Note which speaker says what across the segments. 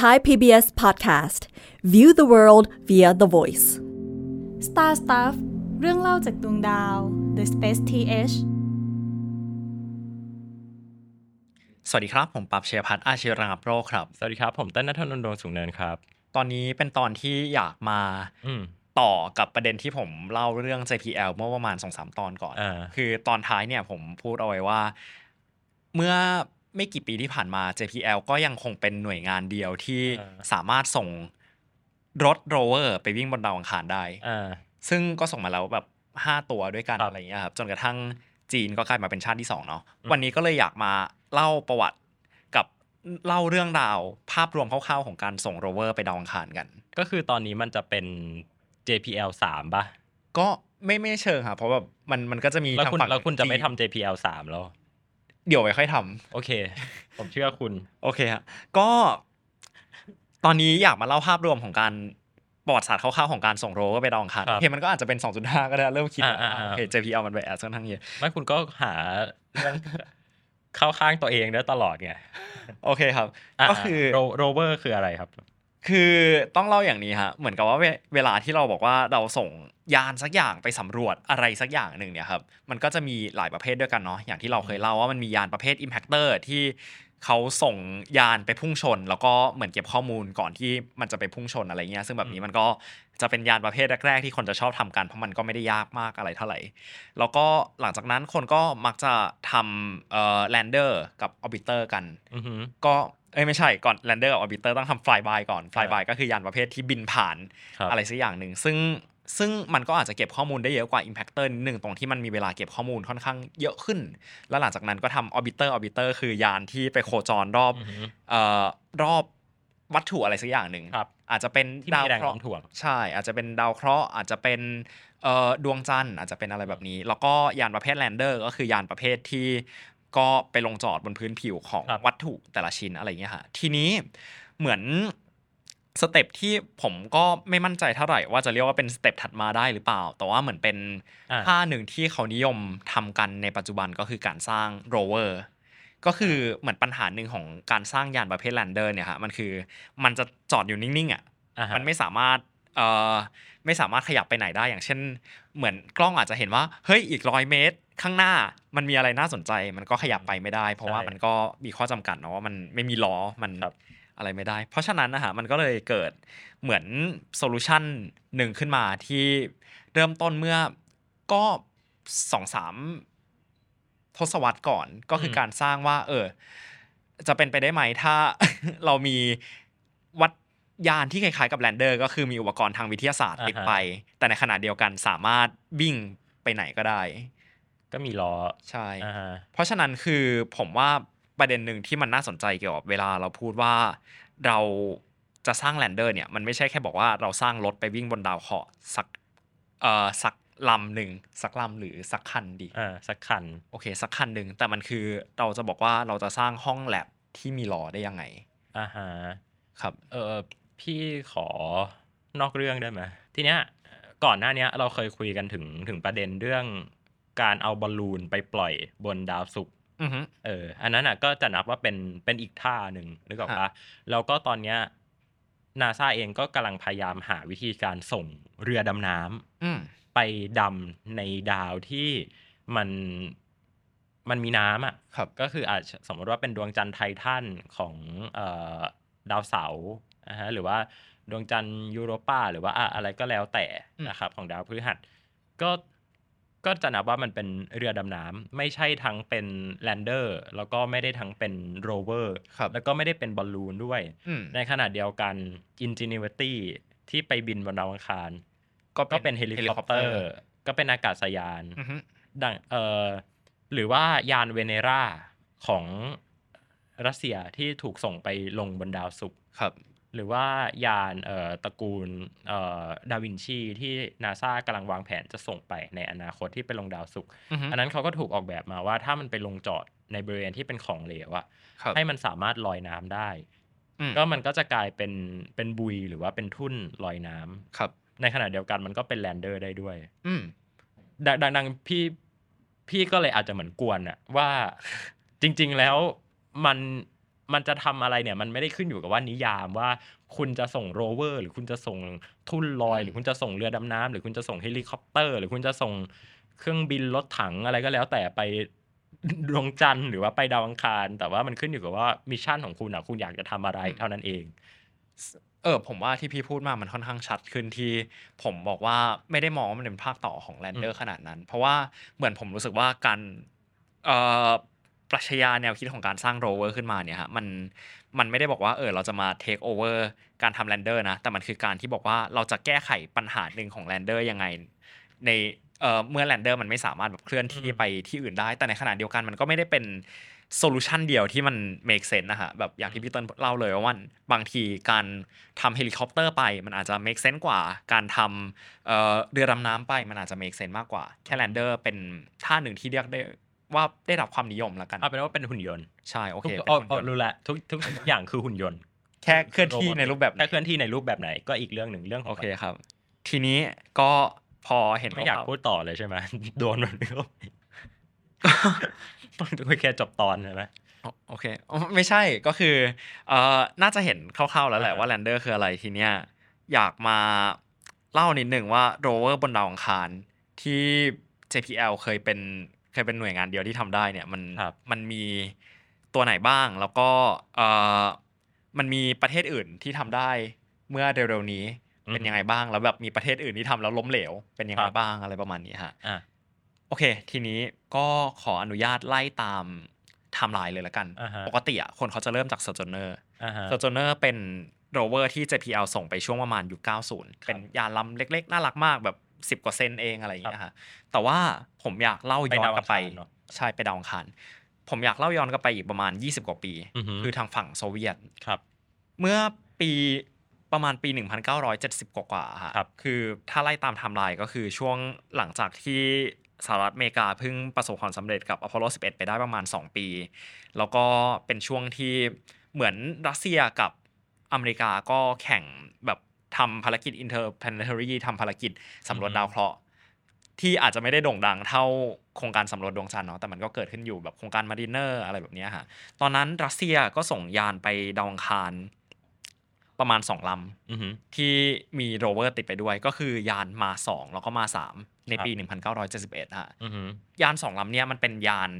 Speaker 1: Thai PBS Podcast View the world via the voice
Speaker 2: Star Stuff เรื่องเล่าจากดวงดาว The Space TH
Speaker 3: สวัสดีครับ ผมปับเชียพัฒน์อาชีรังอับโรคครับ
Speaker 4: สวัสดีครับ ผมเต้นนัทนนท์ดวงสูงเนินครับ
Speaker 3: ตอนนี้เป็นตอนที่อยากมา
Speaker 4: อืม
Speaker 3: ต่อกับประเด็นที่ผมเล่าเรื่อง JPL เมื่อประมาณ 2-3 ตอนก่อน
Speaker 4: อ่า
Speaker 3: คือตอนท้ายเนี่ยผมพูดเอาไว้ว่า เมื่อไม่กี่ปีที่ผ่านมา JPL ก็ยังคงเป็นหน่วยงานเดียวที่สามารถส่งรถโรเวอร์ไปวิ่งบนดาวอังคารได้
Speaker 4: อ่า
Speaker 3: ซึ่งก็ส่งมาแล้วแบบ 5 ตัวด้วยกัน
Speaker 4: ครับ
Speaker 3: อะไรอย่างเงี้ยครับจนกระทั่งจีนก็กลายมาเป็นชาติที่ 2 เนาะ
Speaker 4: อืม
Speaker 3: วันนี้ก็เลยอยากมาเล่าประวัติกับเล่าเรื่องราวภาพรวมคร่าวๆของการส่งโรเวอร์ไปดาวอังคารกัน
Speaker 4: ก็คือตอนนี้มันจะเป็น JPL 3ป่ะ
Speaker 3: ก็ไม่ไม่เชิงค่ะเพราะแบบมันมันก็จะมี
Speaker 4: แล้ว
Speaker 3: ทาง
Speaker 4: คุณ
Speaker 3: ฝั่ง
Speaker 4: แล้วคุณจะไม่
Speaker 3: จีน
Speaker 4: ทำ JPL 3แล้ว
Speaker 3: เดี๋ยวไว้ค่อยทำ
Speaker 4: โอ เค ผมเชื่อคุณ
Speaker 3: โอเคฮะก็ตอนนี้อยากมาเล่าภาพรวมของการประวัติศาสตร์คร่าวๆของการส่งโรเวอร์ไปดาวอังคาร
Speaker 4: ครับ
Speaker 3: โอเคมันก็อาจจะเป็น 2.5 ก็ได้เริ่มคิดแล้ว
Speaker 4: อ่าอ่าอ่า
Speaker 3: โอเค JPL มันไปแอบค่อนข้างเยอะ
Speaker 4: ไม่คุณก็หาเรื่อง เข้าข้างตัวเองได้ตลอดไง
Speaker 3: โอเคครับ
Speaker 4: ะ
Speaker 3: ก็คือ
Speaker 4: โรโรเวอร์คืออะไรครับ
Speaker 3: คือต้องเล่าอย่างนี้ฮะเหมือนกับว่าเวเวลาที่เราบอกว่าเราส่งยานสักอย่างไปสำรวจอะไรสักอย่างหนึ่งเนี่ยครับมันก็จะมีหลายประเภทด้วยกันเนาะอย่างที่เราเคยเล่าว่ามันมียานประเภท Impactor ที่เขาส่งยานไปพุ่งชน แล้วก็เหมือนเก็บข้อมูลก่อนที่มันจะไปพุ่งชนอะไรเงี้ยซึ่งแบบนี้มันก็จะเป็นยานประเภทแรกๆที่คนจะชอบทำกันเพราะมันก็ไม่ได้ยากมากอะไรเท่าไหร่ แล้วก็หลังจากนั้นคนก็มักจะทำเอ่อแลนเดอร์กับออร์บิเตอร์กัน
Speaker 4: อือหือ
Speaker 3: ก็เอ้ยไม่ใช่ก่อนแลนเดอร์กับออร์บิเตอร์ต้องทำฟลายบายก่อนฟลายบายก็คือยานประเภทที่บินผ่าน
Speaker 4: ครับ
Speaker 3: อะไรสักอย่างหนึ่ง ซึ่งซึ่งมันก็อาจจะเก็บข้อมูลได้เยอะกว่า Impactor นิดหนึ่งตรงที่มันมีเวลาเก็บข้อมูลค่อนข้างเยอะขึ้น แล้วหลังจากนั้นก็ทำออร์บิเตอร์ออร์บิเตอร์คือยานที่ไปโคจรรอบ
Speaker 4: อือหือ
Speaker 3: เอ่อรอบวัตถุอะไรสักอย่างหนึ่ง
Speaker 4: ครับ
Speaker 3: อาจจะเป็น
Speaker 4: ที่
Speaker 3: ดา
Speaker 4: มี
Speaker 3: ว
Speaker 4: แรง
Speaker 3: เคราะห์
Speaker 4: โน้มถ่วง
Speaker 3: ใช่อาจจะเป็นดาวเคราะห์อาจจะเป็นเอ่อดวงจันทร์อาจจะเป็นอะไรแบบนี้ แล้วก็ยานประเภทแลนเดอร์ก็คือยานประเภทที่ก็ไปลงจอดบนพื้นผิวของ
Speaker 4: ครับ
Speaker 3: วัตถุแต่ละชิ้นอะไรอย่างเงี้ยฮะทีนี้เหมือนสเต็ปที่ผมก็ไม่มั่นใจเท่าไหร่ว่าจะเรียกว่าเป็นสเต็ปถัดมาได้หรือเปล่า แต่ว่าเหมือนเป็น
Speaker 4: อ่า
Speaker 3: ท่าหนึ่งที่เขานิยมทำกันในปัจจุบันก็คือการสร้างโรเวอร์ ก็คือเหมือนปัญหาหนึ่งของการสร้างยานประเภทแลนเดอร์เนี่ยฮะมันคือมันจะจอดอยู่นิ่งๆอ่ะ
Speaker 4: อ่าฮะ
Speaker 3: มันไม่สามารถเอ่อไม่สามารถขยับไปไหนได้ อย่างเช่น เหมือนกล้องอาจจะเห็นว่า เฮ้ย อีกร้อยเมตร ข้างหน้า มันมีอะไรน่าสนใจ มันก็ขยับไปไม่ได้ เพราะว่า
Speaker 4: ใช่
Speaker 3: มันก็มีข้อจำกัดเนาะว่ามันไม่มีล้อ มัน
Speaker 4: ครับ
Speaker 3: อะไรไม่ได้ เพราะฉะนั้นนะฮะ มันก็เลยเกิดเหมือนโซลูชันหนึ่งขึ้นมาที่เริ่มต้นเมื่อก็สองสาม ทศวรรษก่อนก็คือ
Speaker 4: ม
Speaker 3: การสร้างว่า เออ จะเป็นไปได้ไหมถ้า เรามีวัดยานที่คล้ายๆกับแลนเดอร์ก็คือมีอุปกรณ์ทางวิทยาศาสตร์
Speaker 4: อ่าฮะ
Speaker 3: ติดไป แต่ในขณะเดียวกันสามารถวิ่งไปไหนก็ได้
Speaker 4: ก็มีล้อ
Speaker 3: ใช่
Speaker 4: อ่าฮะ
Speaker 3: เพราะฉะนั้นคือผมว่าประเด็นหนึ่งที่มันน่าสนใจเกี่ยวกับเวลาเราพูดว่าเราจะสร้างแลนเดอร์เนี่ยมันไม่ใช่แค่บอกว่าเราสร้างรถไปวิ่งบนดาวเคราะห์สักเอ่อสักลำหนึ่งสักลำหรือสักคันดี
Speaker 4: อ่า สักคัน
Speaker 3: โอเค สักคันหนึ่งแต่มันคือเราจะบอกว่าเราจะสร้างห้องแลบที่มีล้อได้ยังไง
Speaker 4: อ่าฮะ
Speaker 3: ครับ
Speaker 4: เออพี่ขอนอกเรื่องได้ไหมทีเนี้ยก่อนหน้าเนี้ยเราเคยคุยกันถึงถึงประเด็นเรื่องการเอาบอลลูนไปปล่อยบนดาวศุกร์
Speaker 3: อือฮึ
Speaker 4: เอออันนั้นอ่ะก็จะนับว่าเป็นเป็นอีกท่าหนึ่งนึกออกปะ
Speaker 3: ฮะ
Speaker 4: แล้วก็ตอนเนี้ยนาซาเองก็กำลังพยายามหาวิธีการส่งเรือดำน้
Speaker 3: อืม
Speaker 4: ำไปดำในดาวที่มันมันมีน้ำอ่ะ
Speaker 3: ครับ
Speaker 4: ก็คืออาจจะสมมติว่าเป็นดวงจันทร์ไททันของเออดาวเสาร์นะฮะหรือว่าดวงจันทร์ยูโรปาหรือว่าอะอะไรก็แล้วแต่นะครับของดาวพฤหัสก็ก็จะนับว่ามันเป็นเรือดำน้ำไม่ใช่ทั้งเป็นแลนเดอร์แล้วก็ไม่ได้ทั้งเป็นโรเวอร์
Speaker 3: ครับ
Speaker 4: แล้วก็ไม่ได้เป็นบอลลูนด้วย
Speaker 3: อืม
Speaker 4: ในขณะเดียวกัน Ingenuity ที่ไปบินบนดาวอังคาร ก็เป็นเฮลิคอปเตอร์ ก็เป็นอากาศยาน
Speaker 3: อือฮึ
Speaker 4: ดังเออหรือว่ายานเวเนราของรัสเซียที่ถูกส่งไปลงบนดาวศุกร์
Speaker 3: ครับ
Speaker 4: หรือว่ายานเอ่อตระกูลเอ่อดาวินชีที่นาซากำลังวางแผนจะส่งไปในอนาคตที่ไปลงดาวศุกร์
Speaker 3: อือฮึ
Speaker 4: อันนั้นเขาก็ถูกออกแบบมาว่าถ้ามันไปลงจอดในบริเวณที่เป็นของเหลวอะ
Speaker 3: ครับ
Speaker 4: ให้มันสามารถลอยน้ำได้
Speaker 3: อืม
Speaker 4: ก็มันก็จะกลายเป็นเป็นบุยหรือว่าเป็นทุ่นลอยน้ำ
Speaker 3: ครับ
Speaker 4: ในขณะเดียวกันมันก็เป็นแลนเดอร์ได้ด้วย
Speaker 3: อืม
Speaker 4: ดังดังดังพี่ พี่ก็เลยอาจจะเหมือนกวนอะว่า จริง ๆ แล้วมัน มันจะทำอะไรเนี่ย มันไม่ได้ขึ้นอยู่กับว่านิยามว่าคุณจะส่งโรเวอร์ หรือคุณจะส่งทุ่นลอย หรือคุณจะส่งเรือดำน้ำหรือคุณจะส่งเฮลิคอปเตอร์ หรือคุณจะส่งเครื่องบินรถถังอะไรก็แล้วแต่ไป ดวงจันทร์หรือว่าไปดาวอังคาร แต่ว่ามันขึ้นอยู่กับว่ามิชชั่นของคุณอะคุณอยากจะทำอะไรเท่านั้นเอง
Speaker 3: เออผมว่าที่พี่พูดมามันค่อนข้างชัดขึ้นที่ ผมบอกว่าไม่ได้มองว่ามันเป็นภาคต่อของแลนเดอร์ขนาดนั้น เพราะว่าเหมือนผมรู้สึกว่าการเอ่อปรัชญาแนวคิดของการสร้างโรเวอร์ขึ้นมาเนี่ยฮะมันมันไม่ได้บอกว่าเออเราจะมาเทคโอเวอร์การทำแลนเดอร์นะแต่มันคือการที่บอกว่าเราจะแก้ไขปัญหาหนึ่งของแลนเดอร์ยังไง ในเอ่อเมื่อแลนเดอร์มันไม่สามารถแบบเคลื่อนที่ไปที่อื่นได้ แต่ในขณะเดียวกันมันก็ไม่ได้เป็นโซลูชันเดียวที่มัน make sense นะฮะแบบอย่างที่พี่เต้นเล่าเลยว่ามันบางทีการทำเฮลิคอปเตอร์ไป มันอาจจะ make sense กว่า การทำเอ่อเรือดำน้ำไปมันอาจจะ make sense มากกว่า แค่แลนเดอร์เป็นท่าหนึ่งที่เรียกได้ว่าได้รับความนิยมแล้วกัน
Speaker 4: เอาเป็นว่าเป็นหุ่นยนต์
Speaker 3: ใช่โอเคเป็
Speaker 4: ทุก
Speaker 3: น
Speaker 4: อ๋อ
Speaker 3: หุ่น
Speaker 4: อ๋อ
Speaker 3: น
Speaker 4: ย
Speaker 3: ต์
Speaker 4: รู้ละทุกทุกทุกอย่างคือหุ่นยนต์
Speaker 3: แค่เคลื่อนที่ในรูปแบบไหน
Speaker 4: ถ้าเคลื่อนที่ในรูปแบบไหนก็อีกเรื่องหนึ่งเรื่องข
Speaker 3: โอ
Speaker 4: อง
Speaker 3: เคครับ ทีนี้ก็พอเห็น
Speaker 4: ไม่อยาก
Speaker 3: คร่วๆ
Speaker 4: พูดต่อเลยใช่ไหม โดนมันไม่ รู้ต้องดูแค่จบตอนใช่ไหม
Speaker 3: อ๋อโอเค อ๋อไม่ใช่ก็คือเอ่อน่าจะเห็นคร่าวๆแล้วแหละ
Speaker 4: อ่า
Speaker 3: ว่าแลนเดอร์คืออะไรทีเนี้ยอยากมาเล่านิดหนึ่งว่าโรเวอร์บนดาวอังคารที่ JPL เคยเป็นเคยเป็นหน่วยงานเดียวที่ทำได้เนี่ยมัน
Speaker 4: ครับ
Speaker 3: มันมีตัวไหนบ้างแล้วก็เอ่อมันมีประเทศอื่นที่ทำได้เมื่อเร็วๆนี้
Speaker 4: อืม
Speaker 3: เป็นยังไงบ้างแล้วแบบมีประเทศอื่นที่ทำแล้วล้มเหลว เป็นยังไง
Speaker 4: ครับ
Speaker 3: บ้างอะไรประมาณนี้ฮะ
Speaker 4: อ่ะ
Speaker 3: โอเค ทีนี้ก็ขออนุญาตไล่ตามไทม์ไลน์เลยละกัน
Speaker 4: อ่าฮะ
Speaker 3: ปกติอ่ะคนเขาจะเริ่มจาก s o j o u r n e r
Speaker 4: อ่าฮะ
Speaker 3: s o j o u r n e r เป็นโรเวอร์ที่ JPL ส่งไปช่วงประมาณยุค90 เป็นยานลำเล็กๆ น่ารักมากแบบ 10 กว่าเซนเองอะไรอย่างเงี้ยฮะแต่ว่าผมอยากเล่าย้อนกลับไป
Speaker 4: ไปดาวอังคารเนอะ
Speaker 3: ใช่ไปดาวอังคารผมอยากเล่าย้อนกลับไปอีกประมาณ 20 กว่าปี
Speaker 4: อือฮึ
Speaker 3: คือทางฝั่งโซเวียต
Speaker 4: ครับ
Speaker 3: เมื่อปีประมาณปี 1970 กว่าๆฮะ
Speaker 4: ครับ
Speaker 3: คือถ้าไล่ตามไทม์ไลน์ก็คือช่วงหลังจากที่สหรัฐอเมริกาเพิ่งประสบความสำเร็จกับอพอลโล 11 ไปได้ประมาณ 2 ปี แล้วก็เป็นช่วงที่เหมือนรัสเซียกับอเมริกาก็แข่งแบบทำภารกิจ interplanetary ทำภารกิจสำรวจ
Speaker 4: อือฮึ
Speaker 3: ดาวเคราะห์ที่อาจจะไม่ได้โด่งดังเท่าโครงการสำรวจดวงจันทร์เนาะแต่มันก็เกิดขึ้นอยู่แบบโครงการมาริเนอร์อะไรแบบเนี้ยฮะ ตอนนั้นรัสเซียก็ส่งยานไปดาวอังคารประมาณ 2 ล
Speaker 4: อือฮึ
Speaker 3: ำ ที่มีโรเวอร์ติดไปด้วยก็คือยานมา 2 แล้วก็มา 3 ในปี 1971ฮะ
Speaker 4: อือฮึ
Speaker 3: ยาน 2 ลำเนี่ยมันเป็นยาน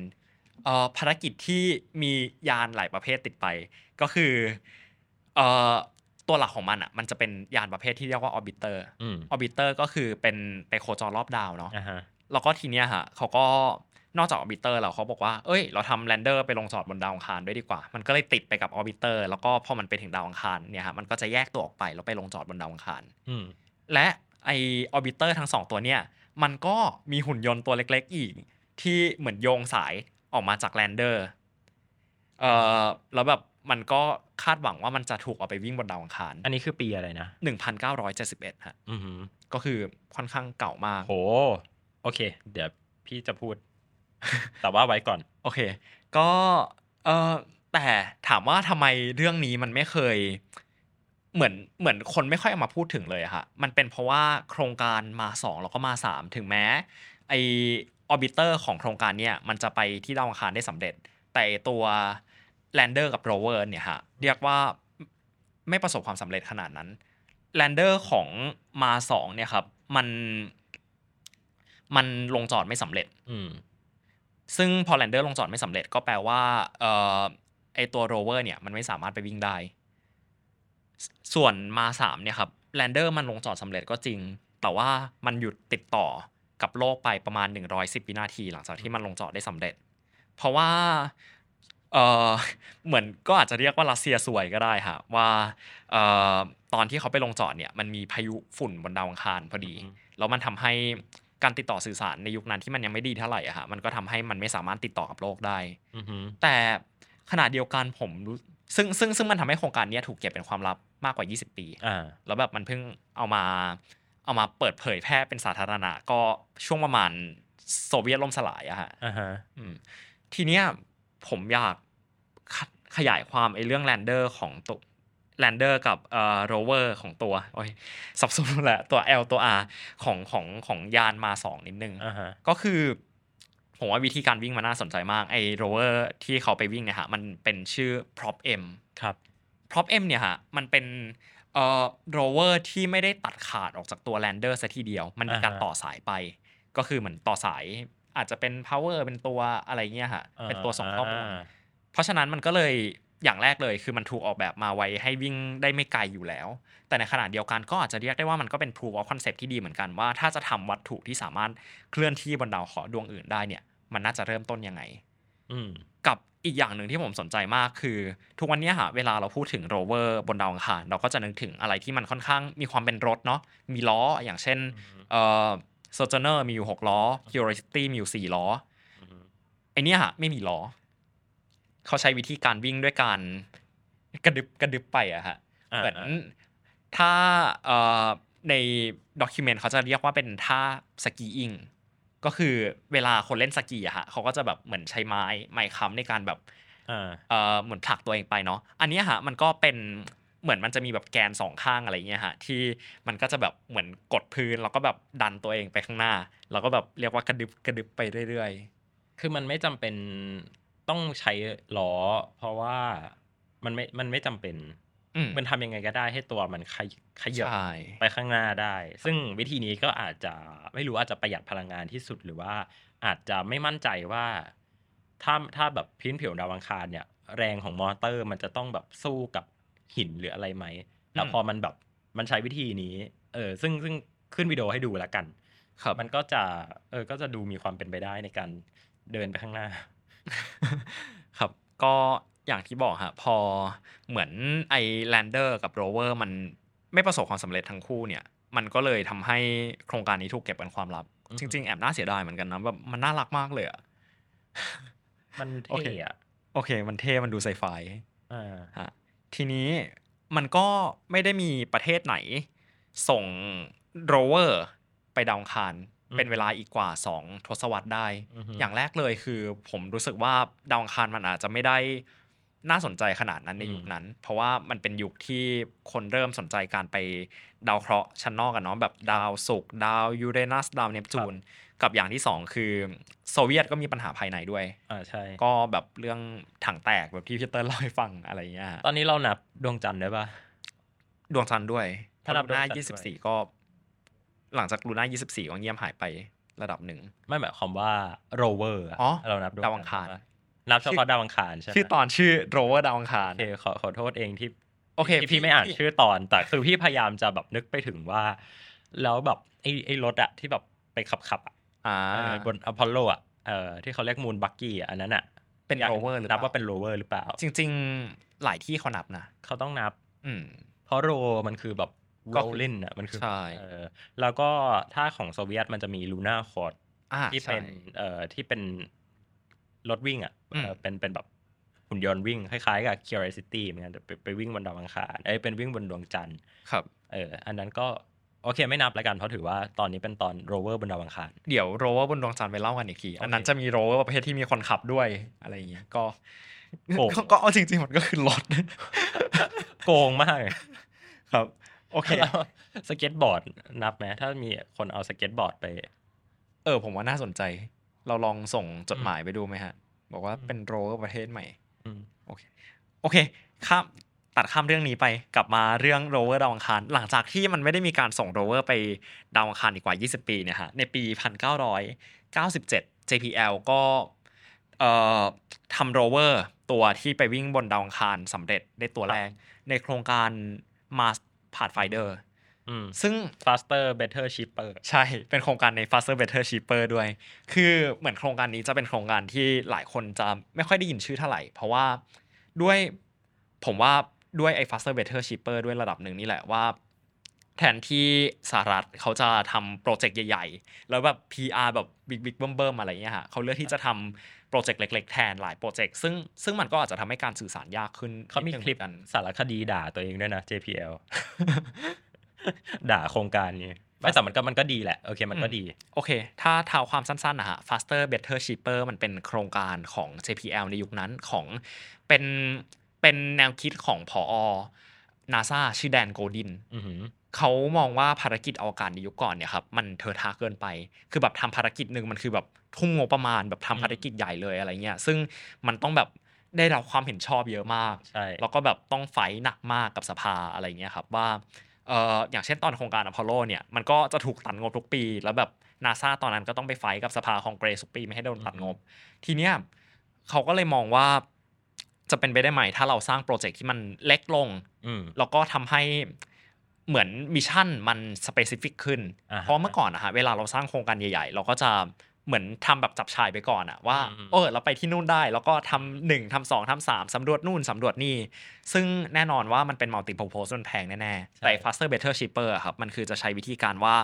Speaker 3: เอ่อภารกิจที่มียานหลายประเภทติดไป ก็คือเอ่อตัวหลักของมันอ่ะมันจะเป็นยานประเภทที่เรียกว่าออร์บิเตอร์
Speaker 4: อืม
Speaker 3: ออร์บิเตอร์ก็คือเป็นไปโคจรรอบดาวเนาะ
Speaker 4: อ่าฮะ
Speaker 3: แล้วก็ทีเนี้ยฮะเขาก็นอกจากออร์บิเตอร์แล้วเขาบอกว่า เอ้ย เราทำแลนเดอร์ไปลงจอดบนดาวอังคารด้วยดีกว่า มันก็เลยติดไปกับออร์บิเตอร์แล้วก็พอมันไปถึงดาวอังคารเนี่ยฮะมันก็จะแยกตัวออกไปแล้วไปลงจอดบนดาวอังคาร
Speaker 4: อืม
Speaker 3: และไอออร์บิเตอร์ทั้งสองตัวเนี่ยมันก็มีหุ่นยนต์ตัวเล็กๆอีก ที่เหมือนโยงสายออกมาจากแลนเดอร์เอ่อแล้วแบบมันก็คาดหวังว่ามันจะถูกเอาไปวิ่งบนดาวอังคาร
Speaker 4: อันนี้คือปีอะไรนะ
Speaker 3: 1971ฮะ
Speaker 4: อือฮึ
Speaker 3: ก็คือค่อนข้างเก่ามาก
Speaker 4: โห โอเค เดี๋ยวพี่จะพูด แต่ว่าไว้ก่อน
Speaker 3: โอเค ก็เออแต่ถามว่าทำไมเรื่องนี้มันไม่เคย เหมือนเหมือนคนไม่ค่อยเอามาพูดถึงเลยอะค่ะ มันเป็นเพราะว่าโครงการมา 2 แล้วก็มา 3 ถึงแม้ไอออบิเตอร์ของโครงการเนี่ยมันจะไปที่ดาวอังคารได้สำเร็จ แต่ไอ้ตัวแลนเดอร์กับโรเวอร์เนี่ยฮะเรียกว่าไม่ประสบความสำเร็จขนาดนั้นแลนเดอร์ของมา 2 เนี่ยครับมันมันลงจอดไม่สำเร็จ
Speaker 4: อืม
Speaker 3: ซึ่งพอแลนเดอร์ลงจอดไม่สำเร็จก็แปลว่าเอ่อไอตัวโรเวอร์เนี่ยมันไม่สามารถไปวิ่งได้สส่วนมาสามเนี่ยครับแลนเดอร์มันลงจอดสำเร็จก็จริง แต่ว่ามันหยุดติดต่อกับโลกไปประมาณ 110 วินาที หลังจากที่มันลงจอดได้สำเร็จ เพราะว่าเอ่อเหมือนก็อาจจะเรียกว่ารัสเซียสวยก็ได้ฮะว่าเอ่อตอนที่เขาไปลงจอดเนี่ยมันมีพายุฝุ่นบนดาวอังคารพอดี
Speaker 4: อือฮึ
Speaker 3: แล้วมันทำให้การติดต่อสื่อสารในยุคนั้นที่มันยังไม่ดีเท่าไหร่อะฮะมันก็ทำให้มันไม่สามารถติดต่อกับโลกได้
Speaker 4: อือฮึ
Speaker 3: แต่ขณะเดียวกันผมรู้ซึ่งซึ่งซึ่งมันทำให้โครงการเนี้ยถูกเก็บเป็นความลับมากกว่า 20 ปี
Speaker 4: อ่า
Speaker 3: แล้วแบบมันเพิ่งเอามาเอามาเปิดเผยแพร่เป็นสาธารณะก็ช่วงประมาณโซเวียตล่มสลายอะฮะ
Speaker 4: อ่าฮะ
Speaker 3: อืมทีเนี้ยผมอยากขขยายความไอ้เรื่องแลนเดอร์ของตัวแลนเดอร์กับเอ่อโรเวอร์ของตัวโอ้ยสับสนแหละตัว L ตัว R ของของของยานมาสองนิดนึง
Speaker 4: อ่าฮะ
Speaker 3: ก็คือ ผมว่าวิธีการวิ่งมันน่าสนใจมากไอ้โรเวอร์ที่เขาไปวิ่งเนี่ยฮะมันเป็นชื่อ prop m
Speaker 4: ครับ
Speaker 3: prop m เนี่ยฮะมันเป็นเอ่อโรเวอร์ที่ไม่ได้ตัดขาดออกจากตัวแลนเดอร์ซะทีเดียว มันเป็นการ
Speaker 4: อ่าฮะ
Speaker 3: ต่อสายไป ก็คือเหมือนต่อสายอาจจะเป็น power เป็นตัวอะไรเงี้ยฮะเป็นตัวส่งข้อมูล
Speaker 4: า
Speaker 3: เพราะฉะนั้นมันก็เลยอย่างแรกเลยคือมันถูกออกแบบมาไว้ให้วิ่งได้ไม่ไกลอยู่แล้ว แต่ในขณะเดียวกันก็อาจจะเรียกได้ว่ามันก็เป็น proof of concept ที่ดีเหมือนกันว่าถ้าจะทำวัตถุที่สามารถเคลื่อนที่บนดาวเคราะห์ดวงอื่นได้เนี่ยมันน่าจะเริ่มต้นยังไง
Speaker 4: อืม
Speaker 3: กับอีกอย่างหนึ่งที่ผมสนใจมากคือ ทุกวันเนี้ยฮะเวลาเราพูดถึงโรเวอร์บนดาวอังคารเราก็จะนึกถึงอะไรที่มันค่อนข้างมีความเป็นรถเนาะมีล้ออย่างเช่นเอ่อ Sojourner มีอยู่หกล้อ Curiosity มีอยู่สี่ล้อ
Speaker 4: อืม
Speaker 3: ไอเนี้ยฮะไม่มีล้อ เขาใช้วิธีการวิ่งด้วยการกระดึบกระดึบไปอะฮะ เหมือนถ้าเอ่อในด็อกิเมนต์เขาจะเรียกว่าเป็นท่าสกีอิงก็คือเวลาคนเล่นสกีอะฮะเขาก็จะแบบเหมือนใช้ไม้ไม้ค้ำในการแบบ
Speaker 4: อ่า
Speaker 3: เอ่อเหมือนผลักตัวเองไปเนาะ อันเนี้ยฮะมันก็เป็นเหมือนมันจะมีแบบแกนสองข้างอะไรเงี้ยฮะที่มันก็จะแบบเหมือนกดพื้นแล้วก็แบบดันตัวเองไปข้างหน้า แล้วก็แบบเรียกว่ากระดึบกระดึบไปเรื่อย
Speaker 4: คือมันไม่จำเป็นต้องใช้ล้อ เพราะว่ามันไม่ มันไม่จำเป็น
Speaker 3: ๆ อืม
Speaker 4: มันทำยังไงก็ได้ให้ตัวมันขยขยับ
Speaker 3: ใช่
Speaker 4: ไปข้างหน้าได้ ซึ่งวิธีนี้ก็อาจจะไม่รู้อาจจะประหยัดพลังงานที่สุดหรือว่าอาจจะไม่มั่นใจว่าถ้าถ้าแบบพื้นผิวดาวอังคารเนี่ย แรงของมอเตอร์มันจะต้องแบบสู้กับหินหรืออะไรไหมแต่
Speaker 3: อืม
Speaker 4: พอมันแบบมันใช้วิธีนี้เออซึ่งซึ่งขึ้นวิดีโอให้ดูแล้วกัน
Speaker 3: ครับ
Speaker 4: มันก็จะเออก็จะดูมีความเป็นไปได้ในการเดินไปข้างหน้า
Speaker 3: ครับ ก็อย่างที่บอกฮะพอเหมือนไอแลนเดอร์กับโรเวอร์มันไม่ประสบความสำเร็จทั้งคู่เนี่ย มันก็เลยทำให้โครงการนี้ถูกเก็บเป็นความลับ
Speaker 4: อือฮึ
Speaker 3: จริง ๆ แอบน่าเสียดายเหมือนกันนะแบบมันน่ารักมากเลยอะ
Speaker 4: มัน
Speaker 3: โอเค
Speaker 4: เท่อะ
Speaker 3: โอเค มันเท่ มันดูไซไฟ
Speaker 4: อ่า
Speaker 3: ฮะทีนี้มันก็ไม่ได้มีประเทศไหน ส่งโรเวอร์ไปดาวอังคารเป็นเวลาอีกกว่า 2 ทศวรรษได้
Speaker 4: ฮึ
Speaker 3: อย่างแรกเลยคือผมรู้สึกว่าดาวอังคารมันอาจจะไม่ได้น่าสนใจขนาดนั้นในยุคนั้น เพราะว่ามันเป็นยุคที่คนเริ่มสนใจการไปดาวเคราะห์ชั้นนอกกันเนาะแบบดาวศุกร์ดาวยูเรนัสดาวเนปจูน กับอย่างที่สองคือโซเวียตก็มีปัญหาภายในด้วย
Speaker 4: อ่าใช่
Speaker 3: ก็แบบเรื่องถังแตกแบบที่พีเตอร์เล่าให้ฟังอะไรเงี้ยฮะ
Speaker 4: ตอนนี้เรานับดวงจันทร์ได้ปะ
Speaker 3: ดวงจันทร์ด้วย
Speaker 4: ถ้า
Speaker 3: ถ้า
Speaker 4: นั
Speaker 3: ลู
Speaker 4: บ
Speaker 3: น่า
Speaker 4: ดวงจันทร์ด้วย
Speaker 3: 24 ก็ หลังจากลูน่า24 ก็เงียบหายไประดับหนึ่ง
Speaker 4: ไม่หมายความว่าโรเวอร์ะ
Speaker 3: อ๋อ
Speaker 4: เรานับ
Speaker 3: ดาวอังคาร
Speaker 4: ปะนับเฉพาะดาวอังคารใช่ไหม
Speaker 3: ชื่อตอนชื่อโรเวอร์ดาวอังคาร
Speaker 4: โอเคขอขอโทษเองที่
Speaker 3: โอเค
Speaker 4: ที่พี่ไม่อ่านชื่อตอน แต่คือพี่พยายามจะแบบนึกไปถึงว่า แล้วแบบไอ้ไอ้รถอะที่แบบไปขับขับๆอะ
Speaker 3: อ่า
Speaker 4: เออบนอพอลโลอะเออที่เขาเรียกมูนบักกี้อันนั้นอะ
Speaker 3: เป็น
Speaker 4: ยาก
Speaker 3: โรเวอร์หรือ
Speaker 4: นับ
Speaker 3: ป
Speaker 4: ว่า
Speaker 3: ล่
Speaker 4: เป็นโรเวอร์หรือเปล่า
Speaker 3: จริง ๆ หลายที่เขานับนะ
Speaker 4: เขาต้องนับ
Speaker 3: อืม
Speaker 4: เพราะโรมันคือแบบ
Speaker 3: ก็คือ
Speaker 4: rolling อ่ะมันคือ
Speaker 3: ใช่
Speaker 4: เออแล้วก็ถ้าของโซเวียตมันจะมีลูน่าคอร์ด
Speaker 3: อ่า
Speaker 4: ที่
Speaker 3: ใช่
Speaker 4: เป็นเอ่อที่เป็นรถวิ่งอ่ะเอ่ออ
Speaker 3: ม
Speaker 4: เป็นเป็นแบบหุ่นยนต์วิ่งคล้ายๆกับ Curiosity เหมือนกันแต่ไปไปวิ่งบนดาวอังคารเอ้ยเป็นวิ่งบนดวงจันทร์
Speaker 3: ครับ
Speaker 4: เอออันนั้นก็โอเคไม่นับแล้วกันเพราะถือว่าตอนนี้เป็นตอนโรเวอร์บนดาวอังคาร
Speaker 3: เดี๋ยวโรเวอร์บนดวงจันทร์ไปเล่ากันอีกที อันนั้น
Speaker 4: โอเค
Speaker 3: จะมีโรเวอร์ประเภทที่มีคนขับด้วยอะไรอย่างเงี้ยก็
Speaker 4: โอ้
Speaker 3: ก็ก็เอาจริง ๆ มันก็คือรถ
Speaker 4: โกงมาก
Speaker 3: ครับ โอเค
Speaker 4: แล้วสเก็ตบอร์ดนับไหมถ้ามีคนเอาสเก็ตบอร์ดไป
Speaker 3: เออผมว่าน่าสนใจ เราลองส่งจดหมายไปดูไหมฮะ บอกว่า
Speaker 4: อืม
Speaker 3: เป็นโรเวอร์ประเทศใหม่
Speaker 4: อืม
Speaker 3: โอเคข้ามตัดข้ามเรื่องนี้ไปกลับมาเรื่องโรเวอร์ดาวอังคาร หลังจากที่มันไม่ได้มีการส่งโรเวอร์ไปดาวอังคารอีกกว่า 20 ปีเนี่ยฮะ ในปี 1997 JPL ก็เอ่อทำโรเวอร์ตัวที่ไปวิ่งบนดาวอังคารสำเร็จได้ตัวแรก ในโครงการ Mars Pathfinder
Speaker 4: อืม
Speaker 3: ซึ่ง
Speaker 4: faster better cheaper
Speaker 3: ใช่ เป็นโครงการใน faster better cheaper ด้วย คือเหมือนโครงการนี้จะเป็นโครงการที่หลายคนจะไม่ค่อยได้ยินชื่อเท่าไหร่ เพราะว่าด้วยผมว่าด้วยไอ้ faster better cheaper ด้วยระดับหนึ่งนี่แหละว่า แทนที่สหรัฐเขาจะทำโปรเจกต์ใหญ่ ๆ แล้วแบบ PR แบบบิ๊กบิ๊กเบิ่มเบิ่มๆอะไรเงี้ยฮะเขาเลือกที่จะทำโปรเจกต์เล็ก ๆ แทนหลายโปรเจกต์ซึ่งซึ่งมันก็อาจจะทำให้การสื่อสารยากขึ้น
Speaker 4: เขามี
Speaker 3: นิดนึง
Speaker 4: คลิป
Speaker 3: หอนกัน
Speaker 4: สารคดีด่าตัวเองด้วยนะ JPL ด่าโครงการนี้ไม่แต่มันก็มันก็ดีแหละ โอเคมันก็
Speaker 3: อืม
Speaker 4: ดี
Speaker 3: โอเค ถ้าเท้าความสั้นๆนะฮะ faster better cheaper มันเป็นโครงการของ JPL ในยุคนั้นของเป็นเป็นแนวคิดของพอ นาซาชื่อแดนโกลดิน
Speaker 4: อือหือ
Speaker 3: เขามองว่าภารกิจอวกาศในยุคก่อนเนี่ยครับมันเทอะทาเกินไป คือแบบทำภารกิจหนึ่งมันคือแบบทุ่มงบประมาณแบบทำภารกิจใหญ่เลยอะไรเงี้ยซึ่งมันต้องแบบได้รับความเห็นชอบเยอะมาก
Speaker 4: ใช่
Speaker 3: แล้วก็แบบต้องไฟท์หนักมากกับสภาอะไรเงี้ยครับว่าเอ่ออย่างเช่นตอนโครงการอพอลโลเนี่ยมันก็จะถูกตัดงบทุกปี แล้วแบบนาซาตอนนั้นก็ต้องไปไฟท์กับสภาของเกรสทุกปีไม่ให้โดนตัดงบ ทีเนี้ยเขาก็เลยมองว่าจะเป็นไปได้ไหมถ้าเราสร้างโปรเจกต์ที่มันเล็กลง
Speaker 4: อืม
Speaker 3: แล้วก็ทำให้เหมือนมิชชั่นมันสเปซิฟิกขึ้น
Speaker 4: อ่าฮะ
Speaker 3: เพราะเมื่อก่อนอะฮะเวลาเราสร้างโครงการใหญ่ๆ เราก็จะเหมือนทำแบบจับชายไปก่อนอะว่า
Speaker 4: อืม
Speaker 3: เออเราไปที่นู่นได้ แล้วก็ทำหนึ่งทำสองทำสามสำรวจนู่นสำรวจนี่ ซึ่งแน่นอนว่ามันเป็นมัลติ p u r p o s e มันแพงแน่ ๆ แต่ faster better cheaper อะครับมันคือจะใช้วิธีการว่า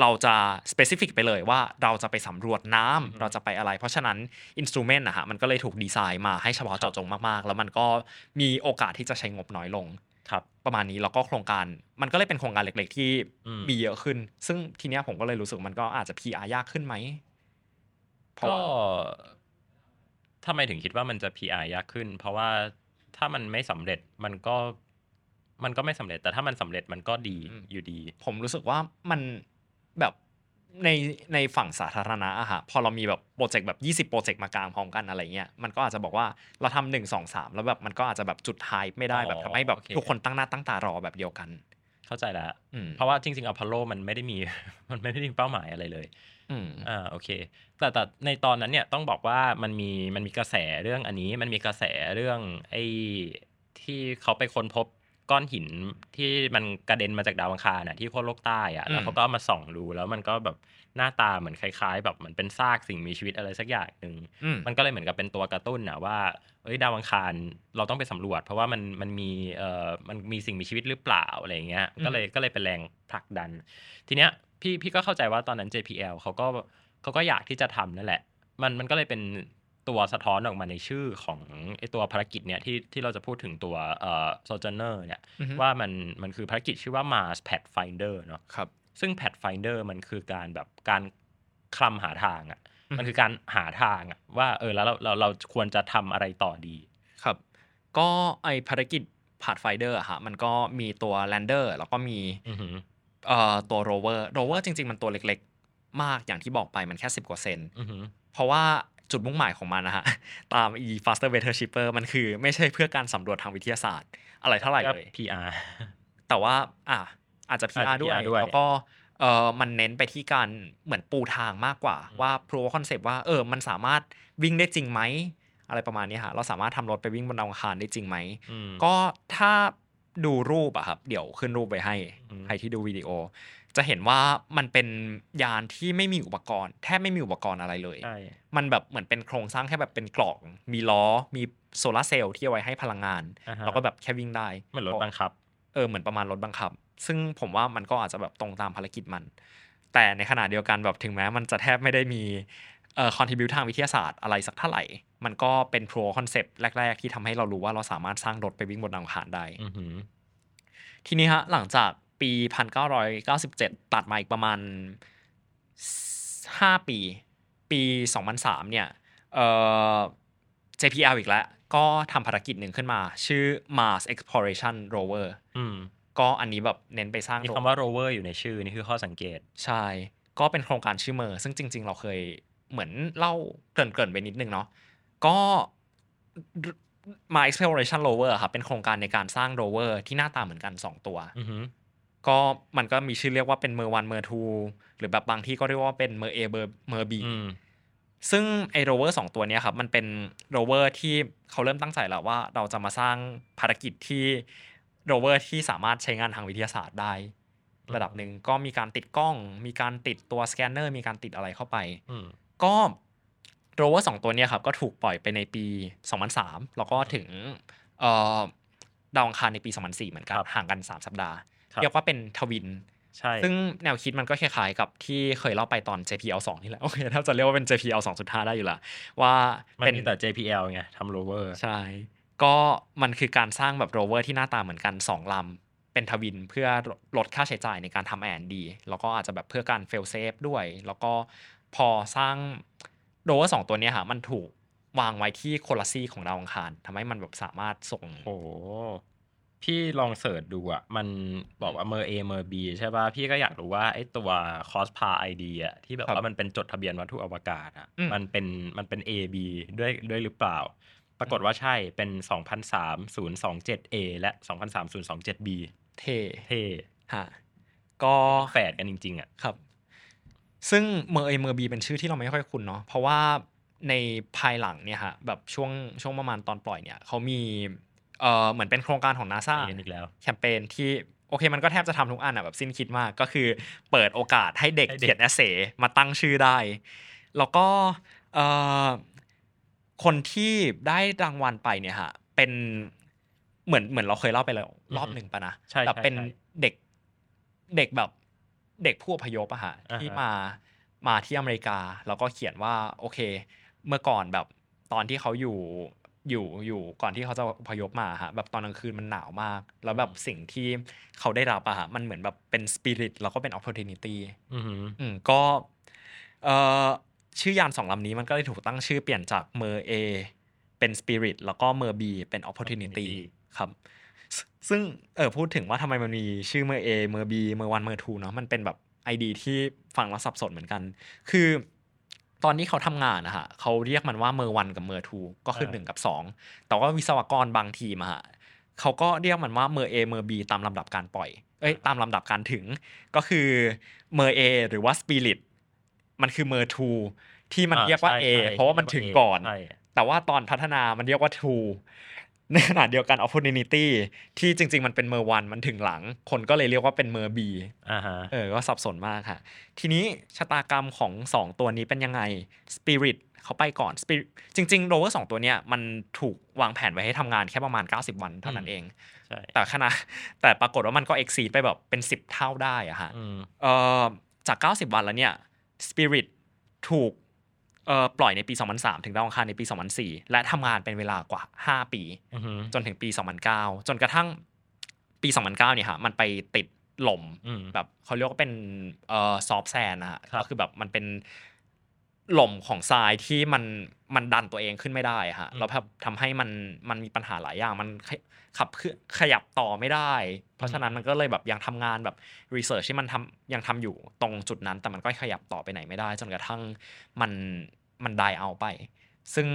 Speaker 3: เราจะ specific ไปเลยว่าเราจะไปสำรวจน้ำเราจะไปอะไร เพราะฉะนั้น instrument นะฮะมันก็เลยถูกดีไซน์มาให้เฉพาะเจาะจงมากๆ แล้วมันก็มีโอกาสที่จะใช้งบน้อยลง
Speaker 4: ครับ
Speaker 3: ประมาณนี้แล้วก็โครงการมันก็เลยเป็นโครงการเล็กๆ ที่
Speaker 4: อืม
Speaker 3: มีเยอะขึ้น ซึ่งทีเนี้ยผมก็เลยรู้สึกมันก็อาจจะ PR ยากขึ้นไหมเพราะ
Speaker 4: ก็
Speaker 3: ว่า
Speaker 4: ทำไมถึงคิดว่ามันจะ PR ยากขึ้น เพราะว่าถ้ามันไม่สำเร็จมันก็มันก็ไม่สำเร็จ แต่ถ้ามันสำเร็จมันก็ดีอยู่ดี
Speaker 3: ผมรู้สึกว่ามันแบบในในฝั่งสาธารณะอะฮะพอเรามีแบบโปรเจกต์แบบ 20 โปรเจกต์มากลางพร้อมกันอะไรเงี้ยมันก็อาจจะบอกว่าเราทำหนึ่งสองสามแล้วแบบมันก็อาจจะแบบจุดไฮไม่ได้
Speaker 4: อ๋อ
Speaker 3: แบบทำให้แบบ
Speaker 4: โอเค
Speaker 3: ทุกคนตั้งหน้าตั้งตารอแบบเดียวกัน
Speaker 4: เข้าใจแล้ว
Speaker 3: อืม
Speaker 4: เพราะว่าจริงๆอพอลโลมันไม่ได้มี มันไม่ได้มีเป้าหมายอะไรเลย
Speaker 3: อืม
Speaker 4: อ่าโอเค แต่แต่ในตอนนั้นเนี่ยต้องบอกว่ามันมีมันมีกระแสเรื่องอันนี้ มันมีกระแสเรื่องไอ้ที่เขาไปค้นพบก้อนหินที่มันกระเด็นมาจากดาวอังคารน่ะที่ขั้วโลกใต้อะแล้วเขาก็เอามาส่องดูแล้วมันก็แบบหน้าตาเหมือนคล้ายๆ แบบเหมือนเป็นซากสิ่งมีชีวิตอะไรสักอย่างหนึ่ง
Speaker 3: อืม
Speaker 4: มันก็เลยเหมือนกับเป็นตัวกระตุ้นนะว่าเอ้ยดาวอังคารเราต้องไปสำรวจ เพราะว่ามันมันมีเอ่อมันมีสิ่งมีชีวิตหรือเปล่าอะไรอย่างเงี้ย
Speaker 3: อืม
Speaker 4: ก็เลยก็เลยเป็นแรงผลักดัน ทีเนี้ยพี่พี่ก็เข้าใจว่าตอนนั้น JPL เขาก็เขาก็อยากที่จะทำนั่นแหละ มันมันก็เลยเป็นตัวสะท้อนออกมาในชื่อของไอตัวภารกิจเนี้ยที่ที่เราจะพูดถึงตัวเอ่อ Sojourner เนี่ย
Speaker 3: อือฮึ
Speaker 4: ว่ามันมันคือภารกิจชื่อว่า Mars Pathfinder เนาะ
Speaker 3: ครับ
Speaker 4: ซึ่ง Pathfinder มันคือการแบบการคลำหาทางอะ่ะ
Speaker 3: อืม
Speaker 4: มันคือการหาทางอะ่ะว่าเออแล้วเราเราเราควรจะทำอะไรต่อดี
Speaker 3: ครับก็ไอภารกิจพาดไฟเดอร์อะฮะมันก็มีตัวแลนเดอร์แล้วก็มี
Speaker 4: อือหือ
Speaker 3: เอ่อตัวโรเวอร์โรเวอร์จริง ๆ มันตัวเล็กๆ มากอย่างที่บอกไปมันแค่ 10 กว่าเซน
Speaker 4: อือหือ
Speaker 3: เพราะว่าจุดมุ่งหมายของมันนะฮ ะ ตาม e faster better cheaper มันคือไม่ใช่เพื่อการสำรวจทางวิทยาศาสตร์ อะไรเท่าไหร่เลย
Speaker 4: PR
Speaker 3: แต่ว่าอ่ะอาจจะ PR
Speaker 4: อาจจะ
Speaker 3: ด้วย
Speaker 4: PR ด้วย
Speaker 3: แล้วก็เออมันเน้นไปที่การเหมือนปูทางมากกว่า ว่าพรูคอนเซปต์ว่าเออมันสามารถวิ่งได้จริงไหม อะไรประมาณนี้ฮะเราสามารถทำรถไปวิ่งบนดาวอังคารได้จริงไหม
Speaker 4: อืม
Speaker 3: ก็ถ้าดูรูปอะครับ เดี๋ยวขึ้นรูปไปให้
Speaker 4: อืม
Speaker 3: ใครที่ดูวิดีโอ จะเห็นว่ามันเป็นยานที่ไม่มีอุปกรณ์ แทบไม่มีอุปกรณ์อะไรเลย
Speaker 4: ใช่
Speaker 3: มันแบบเหมือนเป็นโครงสร้างแค่แบบเป็นกล่อง มีล้อ มีโซลาร์เซลล์ที่เอาไว้ให้พลังงาน
Speaker 4: อ่าฮะ
Speaker 3: แล้วก็แบบแค่วิ่งได้
Speaker 4: เหมือนรถบังคับ
Speaker 3: เออเหมือนประมาณรถบังคับ ซึ่งผมว่ามันก็อาจจะแบบตรงตามภารกิจมัน แต่ในขณะเดียวกันแบบถึงแม้มันจะแทบไม่ได้มีเอ่อคอนทิบิวทางวิทยาศาสตร์อะไรสักเท่าไหร่ มันก็เป็นโปรคอนเซปต์แรก ๆ ที่ทำให้เรารู้ว่าเราสามารถสร้างรถไปวิ่งบนดาวอังคารได้
Speaker 4: อือหือ
Speaker 3: ทีนี้ฮะหลังจากปี 1997 ตัดมาอีกประมาณ 5 ปี ปี 2003 เนี่ยเอ่อ JPL อีกแล้ว ก็ทำภารกิจหนึ่งขึ้นมา ชื่อ Mars Exploration Rover
Speaker 4: อืม
Speaker 3: ก็อันนี้แบบเน้นไปสร้าง
Speaker 4: มี
Speaker 3: โร
Speaker 4: คำว่า rover อยู่ในชื่อ นี่คือข้อสังเกต
Speaker 3: ใช่ ก็เป็นโครงการชื่อเมอร์ซึ่งจริง ๆ เราเคยเหมือนเล่าเกริ่นๆไปนิดนึงเนาะก็ Mars Exploration Rover อะครับเป็นโครงการในการสร้างโรเวอร์ที่หน้าตาเหมือนกัน 2 ตัว
Speaker 4: อือหือ
Speaker 3: ก็มันก็มีชื่อเรียกว่าเป็นเมอร์วันเมอร์ทูหรือแบบบางที่ก็เรียกว่าเป็นเมอร์เอเบอร์เมอร์บี
Speaker 4: อืม
Speaker 3: ซึ่งไอโรเวอร์สองตัวเนี้ยครับมันเป็นโรเวอร์ที่เขาเริ่มตั้งใจแล้วว่าเราจะมาสร้างภารกิจที่โรเวอร์ที่สามารถใช้งานทางวิทยาศาสตร์ได้ ระดับหนึ่งก็มีการติดกล้อง มีการติดตัวสแกนเนอร์มีการติดอะไรเข้าไป
Speaker 4: อืม
Speaker 3: ก็โรเวอร์สองตัวเนี้ยครับก็ถูกปล่อยไปในปี 2003 แล้วก็ถึงเอ่อดาวอังคารในปี 2004 เหมือนกัน
Speaker 4: ครับ
Speaker 3: ห่างกัน 3 สัปดาห์
Speaker 4: ครับ
Speaker 3: เรียกว่าเป็นทวิน
Speaker 4: ใช่
Speaker 3: ซึ่งแนวคิดมันก็คล้ายๆกับที่เคยเล่าไปตอน JPL 2นี่แหละ โอเคถ้าจะเรียกว่าเป็น JPL 2.5 ได้อยู่ละว่า
Speaker 4: มัน
Speaker 3: เป็น
Speaker 4: มีแต่ JPL ไงทำ rover
Speaker 3: ใช่ ก็มันคือการสร้างแบบโรเวอร์ที่หน้าตาเหมือนกัน 2 ลำ เป็นทวินเพื่อลดค่าใช้จ่ายในการทำแอนดีแล้วก็อาจจะแบบเพื่อการเฟลเซฟด้วย แล้วก็พอสร้างโรเวอร์สองตัวเนี้ยฮะมันถูกวางไว้ที่โคลัสซีของดาวอังคารทำให้มันแบบสามารถส่ง
Speaker 4: โอ้โห พี่ลองเสิร์ชดูอ่ะ มันบอกว่าเมอร์เอเมอร์บีใช่ป่ะ พี่ก็อยากรู้ว่าไอ้ตัวคอสพาไอดีอ่ะที่แบบ
Speaker 3: ครับ
Speaker 4: ว่ามันเป็นจดทะเบียนวัตถุอวกาศอ่ะ
Speaker 3: อืม
Speaker 4: มันเป็นมันเป็น A B ด้วยด้วยหรือเปล่า ปรากฏว่าใช่เป็น 2003-027A และ 2003-027B
Speaker 3: เท่
Speaker 4: เท่
Speaker 3: ฮะก็
Speaker 4: แฝดกันจริง ๆ อ่ะ
Speaker 3: ครับ ซึ่งเมอร์เอเมอร์บีเป็นชื่อที่เราไม่ค่อยคุ้นเนาะเพราะว่าในภายหลังเนี่ยฮะแบบช่วงช่วงประมาณตอนปล่อยเนี่ยเขามีเอ่อเหมือนเป็นโครงการของนาซา
Speaker 4: เอ็นอีกแล้ว
Speaker 3: แคมเปญที่โอเคมันก็แทบจะทำทุกอันอ่ะแบบสิ้นคิดมากก็คือเปิดโอกาสให้เด็ก
Speaker 4: ให้เด็ก
Speaker 3: เขียนเอเซมาตั้งชื่อได้ แล้วก็เอ่อคนที่ได้รางวัลไปเนี่ยฮะเป็นเหมือนเหมือนเราเคยเล่าไปแล้วรอบหนึ่งปะนะ
Speaker 4: ใช่
Speaker 3: แบบ
Speaker 4: ใช่
Speaker 3: เป็น
Speaker 4: ใช่
Speaker 3: เด็กเด็กแบบเด็กผู้อพยพอะฮะ
Speaker 4: อ่าฮะ
Speaker 3: ที่มามาที่อเมริกา แล้วก็เขียนว่าโอเค เมื่อก่อนแบบตอนที่เขาอยู่อยู่อยู่ก่อนที่เขาจะอพยพมาฮะแบบตอนกลางคืนมันหนาวมาก แล้วแบบสิ่งที่เขาได้รับอะฮะมันเหมือนแบบเป็นสปิริตแล้วก็เป็นโอกาส
Speaker 4: อือหือ
Speaker 3: อืมก็เอ่อชื่อยานสองลำนี้มันก็เลยถูกตั้งชื่อเปลี่ยนจากเมอร์เอเป็นสปิริตแล้วก็เมอร์บีเป็นโอกาส
Speaker 4: Opportunity
Speaker 3: ครับซซึ่งเออพูดถึงว่าทำไมมันมีชื่อเมอร์เอเมอร์บีเมอร์วันเมอร์ทูเนาะมันเป็นแบบไอดีที่ฟังแล้วสับสนเหมือนกัน คือตอนนี้เขาทำงานนะฮะเขาเรียกมันว่าเมอร์วันกับเมอร์ทูก็คือ
Speaker 4: เออ
Speaker 3: หนึ่งกับสองแต่ว่าวิศวกรบางทีมอะฮะเขาก็เรียกมันว่าเมอร์เอเมอร์บีตามลำดับการปล่อยเอ้ยตามลำดับการถึง ก็คือเมอร์เอหรือว่าสปิริตมันคือเมอร์ทูที่มันเรียกว่า
Speaker 4: ใช่
Speaker 3: A
Speaker 4: ใช่
Speaker 3: เพราะว่ามันถึงก่อน
Speaker 4: ใช่
Speaker 3: แต่ว่าตอนพัฒนามันเรียกว่า true ในขณะเดียวกัน opportunity ที่จริง ๆ มันเป็นเมอร์วันมันถึงหลัง คนก็เลยเรียกว่าเป็นเมอร์บี
Speaker 4: อ่าฮะ
Speaker 3: เออ ก็สับสนมากค่ะ ทีนี้ชะตากรรมของ 2 ตัวนี้เป็นยังไง Spirit เขาไปก่อน Spirit จริง ๆ โรเวอร์สองตัวเนี้ยมันถูกวางแผนไว้ให้ทำงานแค่ประมาณ 90 วันเท่านั้น
Speaker 4: อืม
Speaker 3: เอง
Speaker 4: ใช่
Speaker 3: แต่ขณะ แต่ปรากฏว่ามันก็ exceed ไปแบบเป็น 10 เท่าได้อะฮะ
Speaker 4: อืม
Speaker 3: เอ่อจาก 90 วันแล้วเนี่ย Spirit ถูกเอ่อปล่อยในปี 2003 ถึงดาวอังคารในปี 2004 และทำงานเป็นเวลากว่า 5 ปี
Speaker 4: อือหือ
Speaker 3: จนถึงปี 2009 จนกระทั่งปี 2009 เนี่ยฮะมันไปติดหล่ม
Speaker 4: อืม
Speaker 3: แบบเขาเรียกว่าเป็นเอ่อซอฟแซนนะฮะ
Speaker 4: ครับ
Speaker 3: ก็คือแบบมันเป็นหล่มของทรายที่มันมันดันตัวเองขึ้นไม่ได้ฮะ
Speaker 4: อืม
Speaker 3: แล้วแบบทำให้มันมันมีปัญหาหลายอย่างมันขยขับเคลื่อนขยับต่อไม่ได้ เพราะฉะนั้นมันก็เลยแบบยังทำงานแบบรีเสิร์ชที่มันทำยังทำอยู่ตรงจุดนั้น แต่มันก็ขยับต่อไปไหนไม่ได้ จนกระทั่งมันมันไดเอาไป ซึ่ง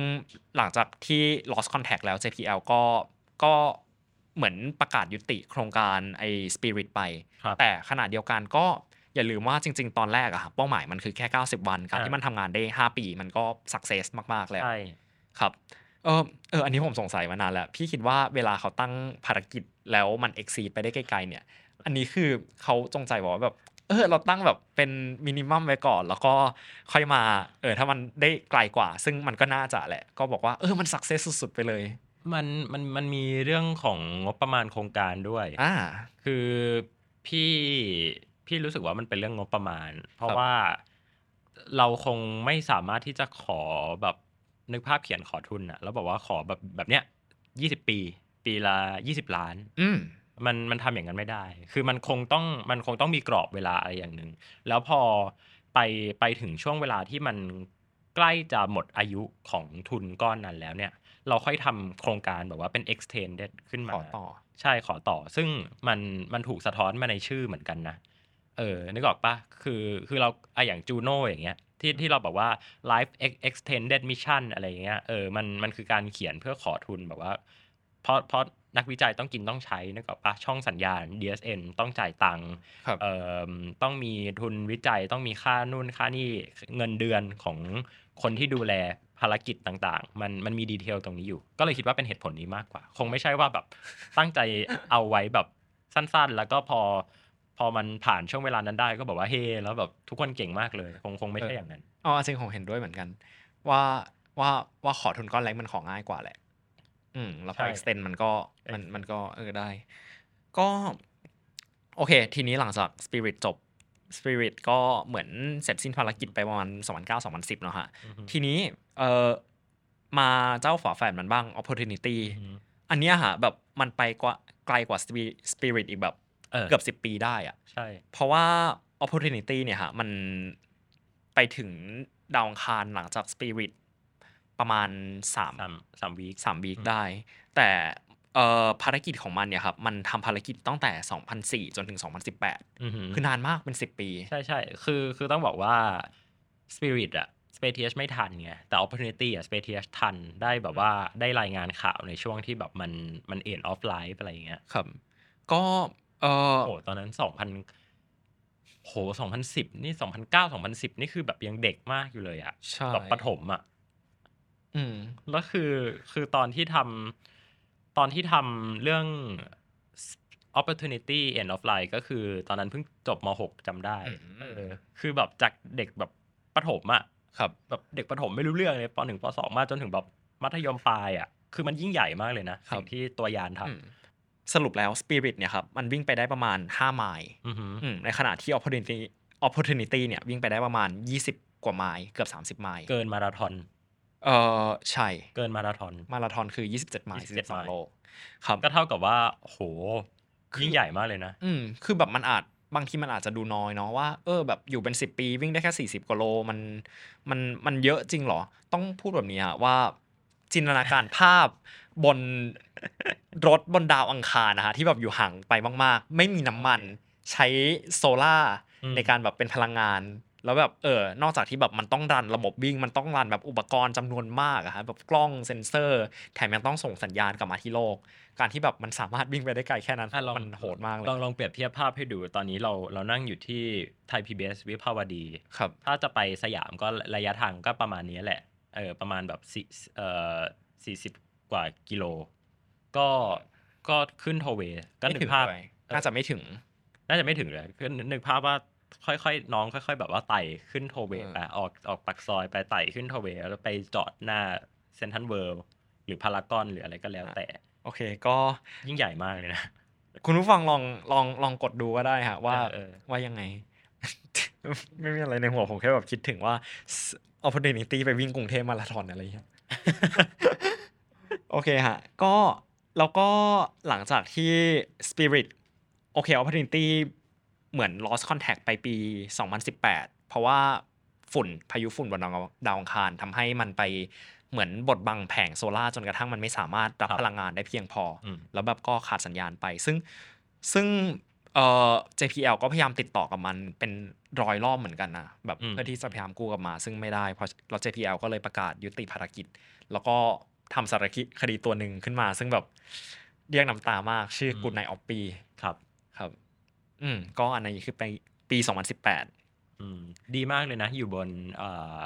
Speaker 3: หลังจากที่ lost contact แล้ว JPL ก็ก็เหมือนประกาศยุติโครงการไอ้ Spirit ไป
Speaker 4: ครับ
Speaker 3: แต่ขณะเดียวกันก็อย่าลืมว่าจริง ๆ ตอนแรกอะครับเป้าหมายมันคือแค่ 90 วันการ
Speaker 4: อ่า
Speaker 3: ที่มันทำงานได้ 5 ปีมันก็ success มาก ๆ แล้ว
Speaker 4: ใช่
Speaker 3: ครับเออเอออันนี้ผมสงสัยมานานแล้ว พี่คิดว่าเวลาเขาตั้งภารกิจแล้วมัน exceed ไปได้ไกล ๆ เนี่ย อันนี้คือเขาจงใจบอกว่าแบบเออเราตั้งแบบเป็นมินิมัมไว้ก่อน แล้วก็ค่อยมาเออถ้ามันได้ไกลกว่า ซึ่งมันก็น่าจะแหละ ก็บอกว่าเออมัน success สุดๆไปเลย
Speaker 4: มันมันมันมีเรื่องของงบประมาณโครงการด้วย
Speaker 3: อ่า
Speaker 4: คือพี่พี่รู้สึกว่ามันเป็นเรื่องงบประมาณ เพราะ
Speaker 3: ครับ
Speaker 4: ว่าเราคงไม่สามารถที่จะขอแบบนึกภาพเขียนขอทุนอะแล้วบอกว่าขอแบบแบบเนี้ยยี่สิบปี ปีละยี่สิบล้าน
Speaker 3: อืม
Speaker 4: มันมันทำอย่างนั้นไม่ได้ คือมันคงต้องมันคงต้องมีกรอบเวลาอะไรอย่างหนึ่ง แล้วพอไปไปถึงช่วงเวลาที่มันใกล้จะหมดอายุของทุนก้อนนั้นแล้วเนี่ย เราค่อยทำโครงการแบบว่าเป็น extended ขึ้นมา
Speaker 3: ขอต่อ
Speaker 4: ใช่ขอต่อ ซึ่งมันมันถูกสะท้อนมาในชื่อเหมือนกันนะ เออนึกออกปะคือคือเราอะอย่างจูโน่อย่างเงี้ยที่ที่เราบอกว่า life Ex- extended mission อะไรอย่างเงี้ยเออมันมันคือการเขียนเพื่อขอทุนแบบว่า เพราะเพราะนักวิจัยต้องกินต้องใช้นึกออกปะช่องสัญญาณ DSN ต้องจ่ายตังค์
Speaker 3: ครับ
Speaker 4: เอ่อต้องมีทุนวิจัยต้องมีค่านู่นค่านี่เงินเดือนของคนที่ดูแลภารกิจต่างๆ มันมันมีดีเทลตรงนี้อยู่ ก็เลยคิดว่าเป็นเหตุผลนี้มากกว่า คงไม่ใช่ว่าแบบตั้งใจเอาไว้แบบสั้นๆ แล้วก็พอ พอมันผ่านช่วงเวลานั้นได้ก็บอกว่าเฮแล้วแบบทุกคนเก่งมากเลย คงคงไม่ใช่อย่างนั้น
Speaker 3: อ๋อจริงผมเห็นด้วยเหมือนกัน ว่าว่าว่าขอทุนก้อนเล็กมันของ่ายกว่าแหละ อืม แล้วพอ
Speaker 4: ใช่
Speaker 3: extend มันก็มันมันก็เออได้ ก็ โอเค ทีนี้หลังจาก Spirit จบ Spirit ก็เหมือนเสร็จสิ้นภารกิจไปประมาณ2009-2010 เนาะฮะ
Speaker 4: อือฮึ
Speaker 3: ทีนี้เออมาเจ้าฝาแฝดมันบ้าง opportunity
Speaker 4: อือฮึ
Speaker 3: อันเนี้ยฮะแบบมันไปกว่าไกลกว่า Spi- Spirit อีกแบบ
Speaker 4: เออ
Speaker 3: เกือบ 10 ปีได้อะ
Speaker 4: ใช่
Speaker 3: เพราะว่า opportunity เนี่ยฮะ มันไปถึงดาวอังคารหลังจาก spirit ประมาณ3
Speaker 4: สามสามวีค
Speaker 3: 3วีคได้ แต่ เอ่อภารกิจของมันเนี่ยครับมันทำภารกิจตั้งแต่ 2004 จนถึง 2018
Speaker 4: อือหือ
Speaker 3: คือนานมากเป็น 10 ปี
Speaker 4: ใช่ใช่คือคือต้องบอกว่า Spirit อะ Space TH ไม่ทันไง แต่ Opportunity อะ Space TH ทัน ได้แบบว่าได้รายงานข่าวในช่วงที่แบบมันมันเอ็นออฟไลน์อะไรอย่างเงี้ย
Speaker 3: ครับ ก็เออ
Speaker 4: โอ้โหตอนนั้นสองพันโหสองพันสิบนี่สองพันเก้าสองพันสิบนี่คือแบบยังเด็กมากอยู่เลยอะ
Speaker 3: ใช่
Speaker 4: แบบประถมอะ
Speaker 3: อืม
Speaker 4: แล้วคือคือตอนที่ทำตอนที่ทำเรื่อง opportunity end of line ก็คือตอนนั้นเพิ่งจบม .6 จำได้
Speaker 3: อืม
Speaker 4: เออคือแบบจากเด็กแบบประถมอะ
Speaker 3: ครับ
Speaker 4: แบบเด็กประถมไม่รู้เรื่องเลยป .1 ป .2 มาจนถึงแบบมัธยมปลายอะคือมันยิ่งใหญ่มากเลยนะครับ สิ่งที่ตัวยานท
Speaker 3: อืมสรุปแล้ว Spirit เนี่ยครับมันวิ่งไปได้ประมาณ 5 ไมล์
Speaker 4: ำอือหือ
Speaker 3: อืมในขณะที่ Opportunity Opportunity เนี่ยวิ่งไปได้ประมาณ 20 กว่าไมล์เกือบ 30 ไมล์
Speaker 4: เกินมาราธอน
Speaker 3: เออใช่
Speaker 4: เกินมาราธอน
Speaker 3: มาราธอนคือ 27 ไมล์
Speaker 4: 27
Speaker 3: 42โลครับ
Speaker 4: ก็เท่ากับว่าโห
Speaker 3: คือ
Speaker 4: ยิ่งใหญ่มากเลยนะ
Speaker 3: อืมคือแบบมันอาจบางทีมันอาจจะดูน้อยเนาะว่าเออแบบอยู่เป็น 10 ปีวิ่งได้แค่ 40กว่าโลมันมันมันเยอะจริงเหรอ ต้องพูดแบบนี้อะว่าจินตนาการภาพบนรถบนดาวอังคารนะฮะที่แบบอยู่ห่างไปมาก ๆ ไม่มีน้ำมันใช้โซล่าร์
Speaker 4: อืม
Speaker 3: ในการแบบเป็นพลังงาน แล้วแบบเออนอกจากที่แบบมันต้องรันระบบวิ่ง มันต้องรันแบบอุปกรณ์จำนวนมากอะฮะแบบกล้องเซ็นเซอร์ แถมยังต้องส่งสัญญาณกลับมาที่โลก การที่แบบมันสามารถวิ่งไปได้ไกลแค่นั้น
Speaker 4: อ่ะลอง
Speaker 3: มันโหดมากเลย
Speaker 4: ลองลองเปรียบเทียบภาพให้ดู ตอนนี้เราเรานั่งอยู่ที่ไทยพีบีเอสวิภาวดี
Speaker 3: ครับ
Speaker 4: ถ้าจะไปสยามก็ระยะทางก็ประมาณนี้แหละ เออประมาณแบบสี่เออสี่สิบกว่ากิโล ก็ก็ขึ้นทเวก็นึกภาพ
Speaker 3: ไม่ถึงเลยน่าจะไม่ถึง
Speaker 4: น่าจะไม่ถึงเลยคือนึกภาพว่าค่อยๆ น้องค่อย ๆ แบบว่าไต่ขึ้นโทเว
Speaker 3: เออ
Speaker 4: ไปออกออกปากซอยไปไต่ขึ้นโทเวแล้วไปจอดหน้าเซนทันเวิลด์หรือพารากอนหรืออะไรก็แล้วแต่
Speaker 3: โอเค ก็
Speaker 4: ยิ่งใหญ่มากเลยนะ
Speaker 3: คุณผู้ฟังลองลองลองกดดูก็ได้ฮะว่า
Speaker 4: เออเออ
Speaker 3: ว่ายังไง ไม่มีอะไรในหัวผมแค่แบบคิดถึงว่า opportunity ไปวิ่งกรุงเทพมาราธอนอะไรอย่างเงี้ย โอเคฮะ ก็แล้วก็หลังจากที่ Spirit โอเค opportunity เหมือน lost contact ไปปี 2018 เพราะว่าฝุ่นพายุฝุ่นบนดาวดาวอังคารทำให้มันไปเหมือนบดบังแผงโซล่าร์จนกระทั่งมันไม่สามารถรับ
Speaker 4: ครับ
Speaker 3: พลังงานได้เพียงพอ
Speaker 4: อืม
Speaker 3: แล้วแบบก็ขาดสัญญาณไป ซึ่งซึ่งเอ่อ JPL ก็พยายามติดต่อกับมันเป็นร้อยรอบเหมือนกันนะ แบบ
Speaker 4: อืม
Speaker 3: เพื่อที่จะพยายามกู้กลับมา ซึ่งไม่ได้ เพราะเรา JPL ก็เลยประกาศยุติภารกิจ แล้วก็ทำสารคิดคดีตัวหนึ่งขึ้นมา ซึ่งแบบเรียกน้ำตามากชื่อกูไนออฟปี
Speaker 4: ครับ
Speaker 3: ครับ อืม ก็อันนี้คือไปปี 2018
Speaker 4: อืมดีมากเลยนะ อยู่บนเอ่อ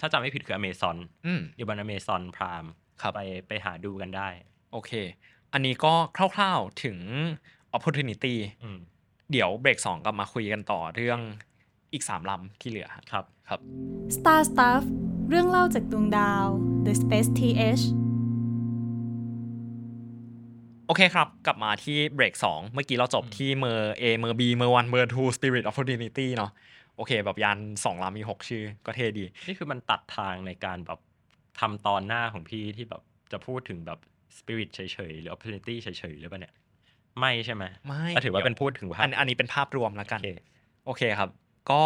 Speaker 4: ถ้าจำไม่ผิดคืออเมซอน
Speaker 3: อืม
Speaker 4: อยู่บนอเมซอนพราม
Speaker 3: ครับ
Speaker 4: ไปไปหาดูกันได้
Speaker 3: โอเค อันนี้ก็คร่าวๆถึง opportunity
Speaker 4: อืม
Speaker 3: เดี๋ยวเบรกสองกลับมาคุยกันต่อเรื่องอีกสามลำที่เหลือฮะ
Speaker 4: ครับ
Speaker 3: ครับ
Speaker 2: Star Stuff เรื่องเล่าจากดวงดาว The Space TH
Speaker 3: โอเคครับ กลับมาที่เบรก2 เมื่อกี้เราจบที่เมอร์ A เมอร์ B เมอร์ 1 เมอร์ 2 Spirit Opportunity เนาะโอเค แบบยาน2ลำมี 6 ชื่อก็เท่ดี
Speaker 4: นี่คือมันตัดทางในการแบบทำตอนหน้าของพี่ที่แบบจะพูดถึงแบบ spirit เฉยๆ หรือ opportunity เฉยๆหรือเปล่าเนี่ย ไม่ใช่ไหม
Speaker 3: ไม่
Speaker 4: ก็ถือว่าเป็นพูดถึงภา
Speaker 3: อั
Speaker 4: พ
Speaker 3: นอันนี้เป็นภาพรวมแล้วกั
Speaker 4: โอน เค
Speaker 3: โอเคครับ ก็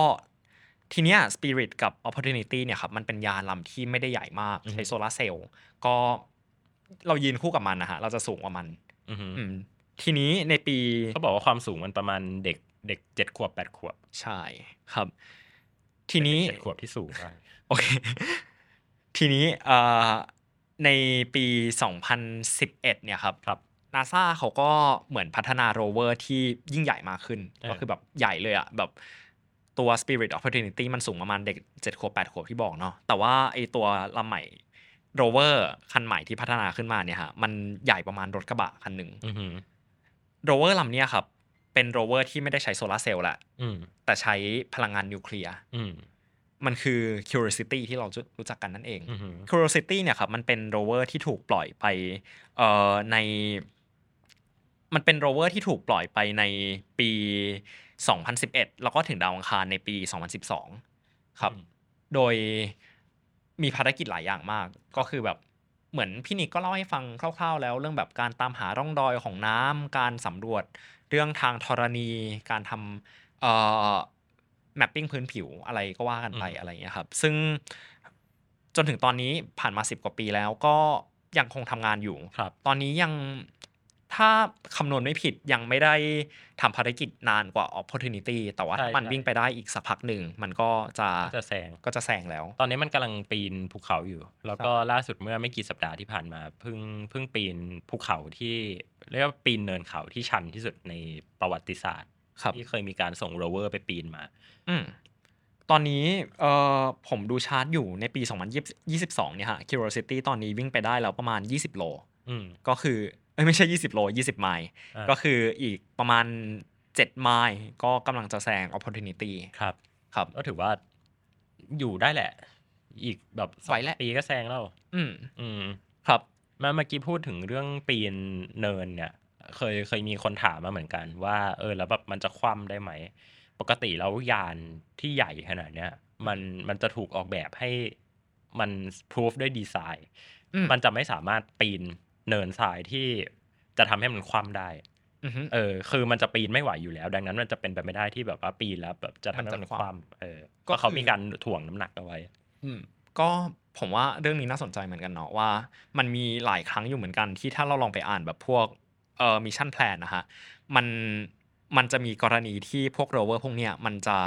Speaker 3: ทีเนี้ย Spirit กับ Opportunity เนี่ยครับ มันเป็นยานลำที่ไม่ได้ใหญ่มาก ใช้โซลาร์เซลล์ก็เรายืนคู่กับมันนะฮะ เราจะสูงกว่ามัน
Speaker 4: อือหือ
Speaker 3: อืมทีนี้ในปี
Speaker 4: เขาบอกว่าความสูงมันประมาณเด็กเด็กเจ็ดขวบแปดขวบ
Speaker 3: ใช่ครับ ทีนี้
Speaker 4: เจ็ดขวบที่สูงมาก
Speaker 3: โอเค ทีนี้เอ่อในปี 2011 เนี่ยครับ
Speaker 4: ครับ
Speaker 3: นาซาเขาก็เหมือนพัฒนาโรเวอร์ที่ยิ่งใหญ่มากขึ้น
Speaker 4: เออ
Speaker 3: ก็คือแบบใหญ่เลยอะแบบตัว Spirit Opportunity มันสูงประมาณเด็ก7ขวบ8ขวบที่บอกเนาะแต่ว่าไอตัวลำใหม่โรเวอร์คันใหม่ที่พัฒนาขึ้นมาเนี่ยฮะมันใหญ่ประมาณรถกระบะคันหนึ่ง
Speaker 4: อือหือ
Speaker 3: โรเวอร์ลำเนี้ยครับ เป็นโรเวอร์ที่ไม่ได้ใช้โซลาร์เซลล์แหละ
Speaker 4: อืม
Speaker 3: แต่ใช้พลังงานนิวเคลียร์
Speaker 4: อืม
Speaker 3: มันคือ Curiosity ที่เรารู้จักกันนั่นเอง
Speaker 4: อือหือ
Speaker 3: Curiosity เนี่ยครับมันเป็นโรเวอร์ที่ถูกปล่อยไปเอ่อใน มันเป็นโรเวอร์ที่ถูกปล่อยไปในปี 2011 แล้วก็ถึงดาวอังคารในปี 2012 ครับ
Speaker 4: อืม
Speaker 3: โดยมีภารกิจหลายอย่างมาก ก็คือแบบเหมือนพี่นิกก็เล่าให้ฟังคร่าวๆแล้ว เรื่องแบบการตามหาร่องรอยของน้ำการสำรวจ เรื่องทางธรณี การทำเอ่อแมปปิ้งพื้นผิวอะไรก็ว่ากันไป
Speaker 4: อืม
Speaker 3: อะไรอย่างเงี้ยครับ ซึ่งจนถึงตอนนี้ผ่านมา 10 กว่าปีแล้วก็ยังคงทำงานอยู่
Speaker 4: ครับ
Speaker 3: ตอนนี้ยัง ถ้าคำนวณไม่ผิดยังไม่ได้ทำภารกิจนานกว่า opportunity แต่ว่า
Speaker 4: ใช่
Speaker 3: ถ้ามัน
Speaker 4: ใช่
Speaker 3: วิ่งไปได้อีกสักพักหนึ่ง มันก็จะ
Speaker 4: จะแซง
Speaker 3: ก็จะแซงแล้ว
Speaker 4: ตอนนี้มันกำลังปีนภูเขาอยู่ แล้วก็ล่าสุดเมื่อไม่กี่สัปดาห์ที่ผ่านมาเพิ่งเพิ่งปีนภูเขาที่เรียกว่าปีนเนินเขาที่ชันที่สุดในประวัติศาสตร์
Speaker 3: ครับ
Speaker 4: ที่เคยมีการส่งโรเวอร์ไปปีนมา
Speaker 3: อืมตอนนี้เอ่อผมดูชาร์ตอยู่ในปี 2022 เนี่ยฮะ Curiosity ตอนนี้วิ่งไปได้แล้วประมาณ 20 โล
Speaker 4: อืม
Speaker 3: ก็คือเอ้ยไม่ใช่ 20 โล 20 ไมล์
Speaker 4: อ่ะ
Speaker 3: ก็คืออีกประมาณ 7 ไมล์ ก็กำลังจะแซง opportunity
Speaker 4: ครับ
Speaker 3: ครับ
Speaker 4: ก็ถือว่าอยู่ได้แหละ อีกแบบสอง
Speaker 3: ไหวแหละ
Speaker 4: ปีก็แซงแล้ว
Speaker 3: อืม
Speaker 4: อืม
Speaker 3: ครับ
Speaker 4: มาเมื่อกี้พูดถึงเรื่องปีนเนินเนี่ย เคยเคยมีคนถามมาเหมือนกัน ว่า เออแล้วแบบมันจะคว่ำได้ไหม ปกติแล้วยานที่ใหญ่ขนาดเนี้ยมันมันจะถูกออกแบบให้มันพิสูจด้วยดีไซน์
Speaker 3: อืม
Speaker 4: มันจะไม่สามารถปีนเนินทรายที่จะทำให้มันคว่ำได้
Speaker 3: อือฮึ
Speaker 4: เออคือมันจะปีนไม่ไหวอยู่แล้ว ดังนั้นมันจะเป็นไปไม่ได้ที่แบบว่าปีนแล้วแบบจะทำให้
Speaker 3: มันจะ
Speaker 4: มัน
Speaker 3: ค
Speaker 4: ค
Speaker 3: ว่ำ
Speaker 4: ว่ำเออ
Speaker 3: ก็
Speaker 4: ก็เขา
Speaker 3: คือ
Speaker 4: มีการถ่วงน้ำหนักเอาไว้
Speaker 3: อืมก็ผมว่าเรื่องนี้น่าสนใจเหมือนกันเนาะว่า มันมีหลายครั้งอยู่เหมือนกันที่ถ้าเราลองไปอ่านแบบพวกเอ่อมิชชั่นแพลนนะฮะมันมันจะมีกรณีที่พวกโรเวอร์พวกเนี้ยมันจะ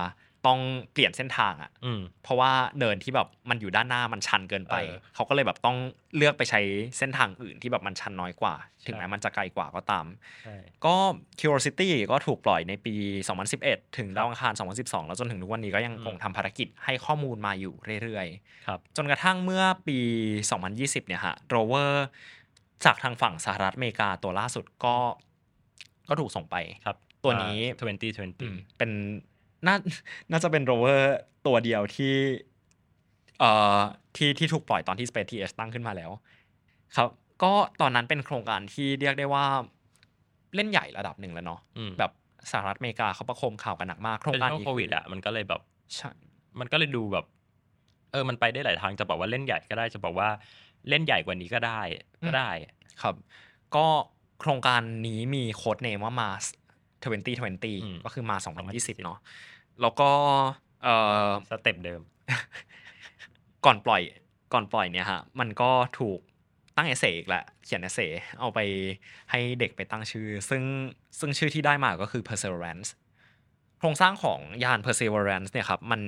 Speaker 3: ต้องเปลี่ยนเส้นทางอะ
Speaker 4: อืม
Speaker 3: เพราะว่าเนินที่แบบมันอยู่ด้านหน้ามันชันเกินไป
Speaker 4: เออ
Speaker 3: เขาก็เลยแบบต้องเลือกไปใช้เส้นทางอื่นที่แบบมันชันน้อยกว่า ถึง
Speaker 4: ใช่
Speaker 3: แม้มันจะไกลกว่าก็ตาม
Speaker 4: ใช่
Speaker 3: ก็ Curiosity ก็ถูกปล่อยในปี 2011 ถึงดาวอังคาร 2012 แล้วจนถึงทุกวันนี้ก็ยัง
Speaker 4: อืม
Speaker 3: คงทำภารกิจให้ข้อมูลมาอยู่เรื่อย ๆ
Speaker 4: ครับ
Speaker 3: จนกระทั่งเมื่อปี 2020 เนี่ยฮะโรเวอร์จากทางฝั่งสหรัฐอเมริกาตัวล่าสุดก็ ก็ถูกส่งไป
Speaker 4: ครับ
Speaker 3: ตัวนี้ อืม
Speaker 4: 2020
Speaker 3: เป็นน่า น่าจะเป็นโรเวอร์ตัวเดียวที่เอ่อที่ที่ถูกปล่อยตอนที่ Space TS ตั้งขึ้นมาแล้ว ครับ ก็ตอนนั้นเป็นโครงการที่เรียกได้ว่าเล่นใหญ่ระดับหนึ่งแล้วเนาะ
Speaker 4: อืม
Speaker 3: แบบสหรัฐอเมริกาเขาประโคมข่าวกันหนักมากโครง
Speaker 4: เป็น
Speaker 3: การ
Speaker 4: ช่วง
Speaker 3: นี้
Speaker 4: โควิดอ่ะมันก็เลยแบบ
Speaker 3: ใช่
Speaker 4: มันก็เลยดูแบบ เออ มันไปได้หลายทางจะบอกว่าเล่นใหญ่ก็ได้จะบอกว่าเล่นใหญ่กว่านี้ก็ได้ก็ได้
Speaker 3: ครับ ก็โครงการนี้มีโค้ดเนมว่า Mars
Speaker 4: อืม
Speaker 3: 2020 ก็คือมา 2020 เนาะแล้วก็เอ่อ
Speaker 4: สเต็ปเดิม
Speaker 3: ก่อนปล่อยก่อนปล่อยเนี่ยฮะมันก็ถูกตั้งเอเซอีกแหละเขียนเอเซเอาไปให้เด็กไปตั้งชื่อ ซึ่งซึ่งชื่อที่ได้มาก็คือ perseverance โครงสร้างของยาน perseverance เนี่ยครับมัน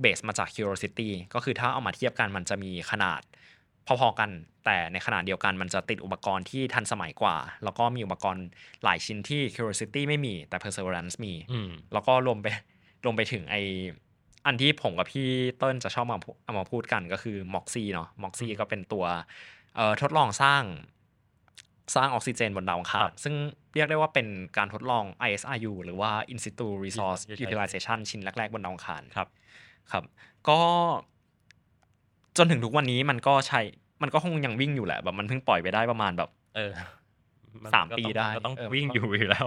Speaker 3: เบสมาจาก curiosity ก็คือถ้าเอามาเทียบกันมันจะมีขนาดพอๆกัน แต่ในขนาดเดียวกันมันจะติดอุปกรณ์ที่ทันสมัยกว่า แล้วก็มีอุปกรณ์หลายชิ้นที่ curiosity ไม่มีแต่ perseverance มี
Speaker 4: อืม
Speaker 3: แล้วก็รวมไป รวมไปถึงไออันที่ผมกับพี่เติ้ลจะชอบมาพูเอามาพูดกันก็คือม็อกซี่เนาะม็อกซี่ก็เป็นตัวเอ่อทดลองสร้างสร้างออกซิเจนบนดาวอังคา
Speaker 4: ครั
Speaker 3: ร
Speaker 4: บ
Speaker 3: ซึ่งเรียกได้ว่าเป็นการทดลอง ISRU หรือว่า In situ resource
Speaker 4: Utilization
Speaker 3: utilization ชิ้นแรก ๆ บนดาวอังคาร
Speaker 4: ครับ
Speaker 3: ครับก็จนถึงทุกวันนี้มันก็ใช้มันก็คงยังวิ่งอยู่แหละแบบมันเพิ่งปล่อยไปได้ประมาณแบบ
Speaker 4: เออน
Speaker 3: สาม
Speaker 4: ก็
Speaker 3: ปี
Speaker 4: อง
Speaker 3: ได้
Speaker 4: ก็ต้อง
Speaker 3: เออ
Speaker 4: วิ่ง
Speaker 3: มันก็
Speaker 4: อยู่อยู่แล้ว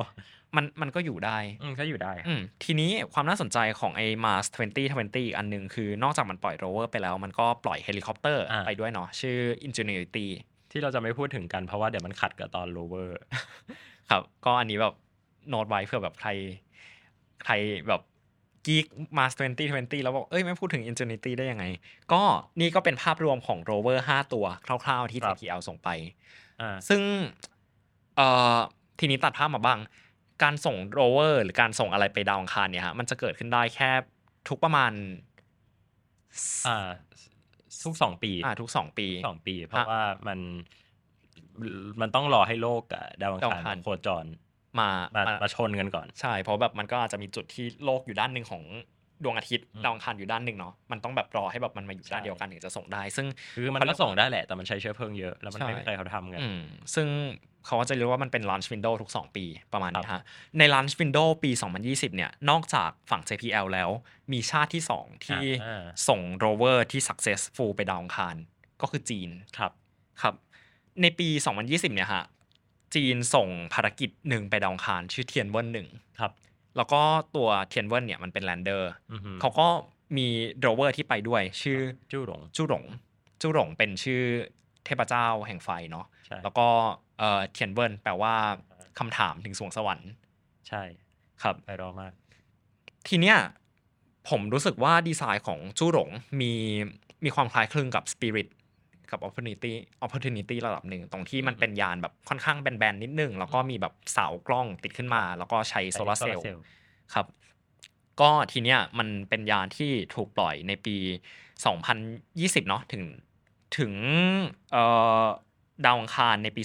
Speaker 3: มันมันก็อยู่ได้
Speaker 4: อืมก็อยู่ได้
Speaker 3: อืมทีนี้ความน่าสนใจของไอ้ Mars 2020 อีกอันหนึ่งคือนอกจากมันปล่อยโรเวอร์ไปแล้ว มันก็ปล่อยเฮลิคอปเตอร์
Speaker 4: อ่า
Speaker 3: ไปด้วยเนาะชื่อ Ingenuity
Speaker 4: ที่เราจะไม่พูดถึงกันเพราะว่าเดี๋ยวมันขัดกับตอนโรเวอร์
Speaker 3: ครับ ก็อันนี้แบบโน้ตไว้เพื่อแบบใคร ใครแบบกีก Mars 2020 แล้วบอกเอ้ยไม่พูดถึง Ingenuity ได้ยังไง ก็นี่ก็เป็นภาพรวมของโรเวอร์5ตัวคร่าวๆที่
Speaker 4: ครับ
Speaker 3: JPL ส่งไป
Speaker 4: อ่า
Speaker 3: ซึ่งเอ่อทีนี้ตัดภาพมาบ้าง การส่งโรเวอร์หรือการส่งอะไรไปดาวอังคารเนี่ยฮะมันจะเกิดขึ้นได้แค่ทุกประมาณ
Speaker 4: อ่า ทุกสองปี
Speaker 3: อ่าทุกสองปี
Speaker 4: สองปี เพราะว่ามันมันต้องรอให้โลกกับดาวอัง
Speaker 3: ดาว
Speaker 4: คา
Speaker 3: อั
Speaker 4: รง
Speaker 3: คาร
Speaker 4: โคจร
Speaker 3: มา
Speaker 4: มา
Speaker 3: มา
Speaker 4: มาชนกันก่อน
Speaker 3: ใช่เพราะแบบมันก็อาจจะมีจุดที่โลกอยู่ด้านหนึ่งของดวงอาทิตย์
Speaker 4: อืม
Speaker 3: ดาวอังคารอยู่ด้านหนึ่งเนาะมันต้องแบบรอให้แบบมันมาอยู่ด้าน
Speaker 4: ใช่
Speaker 3: เดียวกันถึงจะส่งได้ ซึ่ง
Speaker 4: คือมันก็ส่งได้แหละแต่มันใช้เชื้อเพลิงเยอะแล้วมันไม่
Speaker 3: ใช่
Speaker 4: มีใครเขาทำกัน
Speaker 3: อืมซึ่งเขาก็จะเรียกว่ามันเป็น launch window ทุก 2 ปีประมาณนี้
Speaker 4: ครับ
Speaker 3: ฮะใน launch window ปี 2020 เนี่ย นอกจากฝั่ง JPL แล้ว มีชาติที่ 2 ที่
Speaker 4: อ่า
Speaker 3: ส่งโรเวอร์ที่ successful ไปดาวอังคารก็คือจีน
Speaker 4: ครับ
Speaker 3: ครับในปี 2020 เนี่ยฮะจีนส่งภารกิจหนึ่งไปดาวอังคารชื่อเทียนเวินหนึ่ง
Speaker 4: ครับ
Speaker 3: แล้วก็ตัวเทียนเวินเนี่ยมันเป็นแลนเดอร์
Speaker 4: อือหือ
Speaker 3: เขาก็มีโรเวอร์ที่ไปด้วยชื่อ
Speaker 4: จู้หลง
Speaker 3: จูหลงจูหลงเป็นชื่อเทพเจ้าแห่งไฟเนาะ
Speaker 4: ใช่
Speaker 3: แล้วก็เอ่อเทียนเวินแปลว่าคำถามถึงสวงสวรรค์
Speaker 4: ใช่
Speaker 3: ครับ
Speaker 4: ไปรอมาก
Speaker 3: ทีเนี้ยผมรู้สึกว่าดีไซน์ของจูหลงมีมีความคล้ายคลึงกับสปิริต กับ opportunity opportunity ระดับหนึ่งตรงที่มันเป็นยานแบบค่อนข้างแบนๆนิดนึง แล้วก็มีแบบเสากล้องติดขึ้นมา แล้วก็ใช้โซลาร์เซลล์ ครับ ก็ทีเนี้ยมันเป็นยานที่ถูกปล่อยในปี 2020 เนาะถึงถึงเอ่อดาวอังคารในปี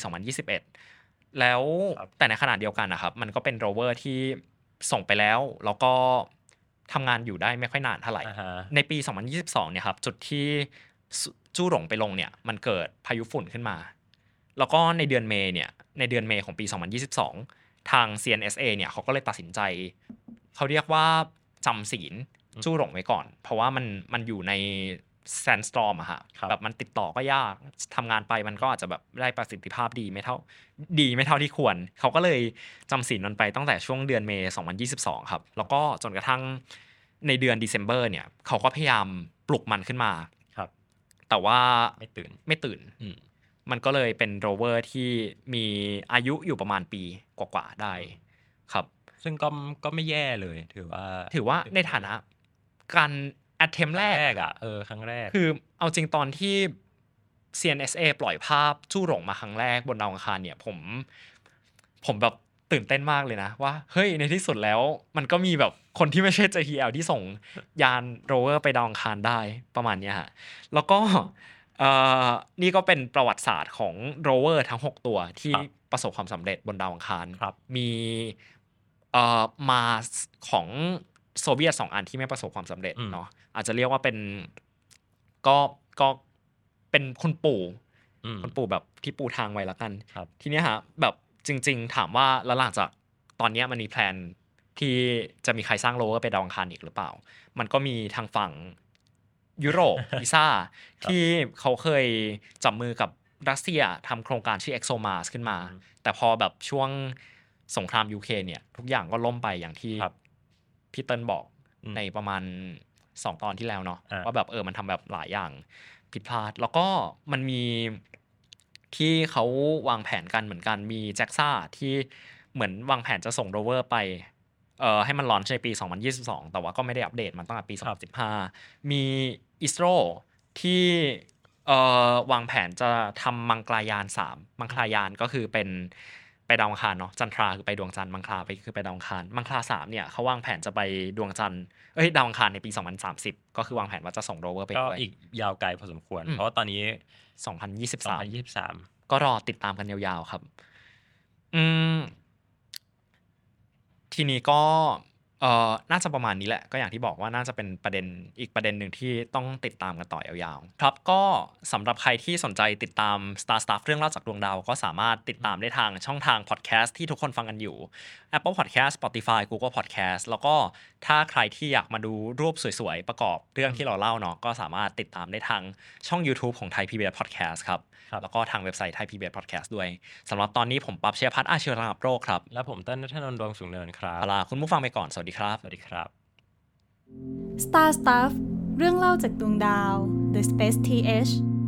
Speaker 3: 2021 แล้ว
Speaker 4: ครับ
Speaker 3: แต่ในขณะเดียวกันนะครับ มันก็เป็นโรเวอร์ที่ส่งไปแล้ว แล้วก็ทำงานอยู่ได้ไม่ค่อยนานเท่าไหร่
Speaker 4: อ่าฮะ
Speaker 3: ในปี 2022 เนี่ยครับ จุดที่สุจู่หลงไปลงเนี่ย มันเกิดพายุฝุ่นขึ้นมา แล้วก็ในเดือนเมย์เนี่ย ในเดือนเมย์ของปี 2022 ทาง CNSA เนี่ยเขาก็เลยตัดสินใจ เขาเรียกว่าจำศีลจู้หลงไว้ก่อน เพราะว่ามันมันอยู่ใน sandstorm อะฮะแบบมันติดต่อก็ยากทำงานไปมันก็อาจจะแบบได้ประสิทธิภาพดีไม่เท่า ดีไม่เท่าที่ควร เขาก็เลยจำศีลมันไปตั้งแต่ช่วงเดือนเมษ2022 ครับ แล้วก็จนกระทั่งในเดือน December เนี่ย เขาก็พยายามปลุกมันขึ้นมา
Speaker 4: ครับ
Speaker 3: แต่ว่า
Speaker 4: ไม่ตื่น
Speaker 3: ไม่ตื่น
Speaker 4: อืม
Speaker 3: มันก็เลยเป็นโรเวอร์ที่มีอายุอยู่ประมาณปีกว่าๆได้ครับ
Speaker 4: ซึ่งก็ก็ไม่แย่เลย ถือว่า
Speaker 3: ถือว่าในฐานะการ attempt
Speaker 4: แร
Speaker 3: แรก
Speaker 4: กอ่ะเออครั้งแรก
Speaker 3: คือเอาจริงตอนที่ CNSA ปล่อยภาพจู้หลงมาครั้งแรกบนดาวอังคารเนี่ย ผม ผมแบบตื่นเต้นมากเลยนะ ว่า เฮ้ยในที่สุดแล้ว มันก็มีแบบคนที่ไม่ใช่ JPL ที่ส่งยานโรเวอร์ไปดาวอังคารได้ประมาณเนี้ยฮะแล้วก็เอ่อนี่ก็เป็นประวัติศาสตร์ของโรเวอร์ทั้ง 6 ตัวที่
Speaker 4: ครับ
Speaker 3: ประสบความสำเร็จบนดาวอังคาร
Speaker 4: ครับ
Speaker 3: มีเอ่อมาสของโซเวียตสองอันที่ไม่ประสบความสำเร็จ
Speaker 4: อืม
Speaker 3: เนาะอาจจะเรียกว่าเป็นก็ก็เป็นคุณปู่
Speaker 4: ม
Speaker 3: คุณปู่แบบที่ปูทางไว้ละกัน
Speaker 4: ครับ
Speaker 3: ทีเนี้ยฮะแบบจริง ๆ ถามว่าแล้วหลังจากตอนเนี้ยมันมีแพลนที่จะมีใครสร้างโลเวอร์ไปดาวอังคารอีกหรือเปล่า มันก็มีทางฝั่งยุโร ป อีซ่า ที่เขาเคยจับมือกับรัสเซียทำโครงการชื่อ ExoMars ขึ้นมา
Speaker 4: อืม
Speaker 3: แต่พอแบบช่วงสงครามยูเครนเนี่ย ทุกอย่างก็ล่มไปอย่างที่
Speaker 4: ครับ
Speaker 3: พี่เติ้ลบอก
Speaker 4: อืม
Speaker 3: ในประมาณ 2 ตอนที่แล้วเนาะ
Speaker 4: อ่า
Speaker 3: ว่าแบบเออมันทำแบบหลายอย่างผิดพลาด แล้วก็มันมีที่เขาวางแผนกันเหมือนกันมีแจ็กซ่าที่เหมือนวางแผนจะส่งโรเวอร์ไป เอ่อให้มันลอนช์ในปี 2022 แต่ว่าก็ไม่ได้อัปเดตมันตั้งแต่ปี
Speaker 4: ครับ
Speaker 3: 2015 มีอิสโรที่เอ่อวางแผนจะทำมังคลายาน 3 มังคลายานก็คือเป็นไปดาวอังคารเนาะจันทราคือไปดวงจันทร์มังคลาไปคือไปดาวอังคารมังคลาสามเนี่ยเขาวางแผนจะไปดวงจันทร์เอ้ยดาวอังคารในปี 2030 ก็คือวางแผนว่าจะส่งโรเวอร์ไป
Speaker 4: ก็
Speaker 3: ด้วย
Speaker 4: อีกยาวไกลพอสมควร
Speaker 3: อืม
Speaker 4: เพราะว่าตอนนี้
Speaker 3: 2023
Speaker 4: 2023
Speaker 3: ก็รอติดตามกันยาวๆครับ อืม ทีนี้ก็เอ่อน่าจะประมาณนี้แหละ ก็อย่างที่บอกว่าน่าจะเป็นประเด็นอีกประเด็นหนึ่งที่ต้องติดตามกันต่อยาวๆ ครับ ก็สำหรับใครที่สนใจติดตาม Star Stuff เรื่องเล่าจากดวงดาว ก็สามารถติดตามได้ทางช่องทางพอดแคสต์ที่ทุกคนฟังกันอยู่ Apple Podcast Spotify Google Podcast แล้วก็ถ้าใครที่อยากมาดูรูปสวยๆ ประกอบเรื่องที่เราเล่าเนาะก็สามารถติดตามได้ทางช่อง YouTube ของไทยพีบีพอดแคสต์ครับ
Speaker 4: ครับ
Speaker 3: แล้วก็ทางเว็บไซต์ไทยพีบีพอดแคสต์ด้วยสำหรับตอนนี้ผมปั๊บเชียร์พัฒน์อาชีวรังอับโรคครับ
Speaker 4: แล้วผมเต้นนัทนนท์ดวงสูงเนินครับ
Speaker 3: ลาคุณผู้ฟังไปก่อน สวัสดีครับ
Speaker 4: สวัสดีครับ
Speaker 2: Star Stuff เรื่องเล่าจากดวงดาว The Space TH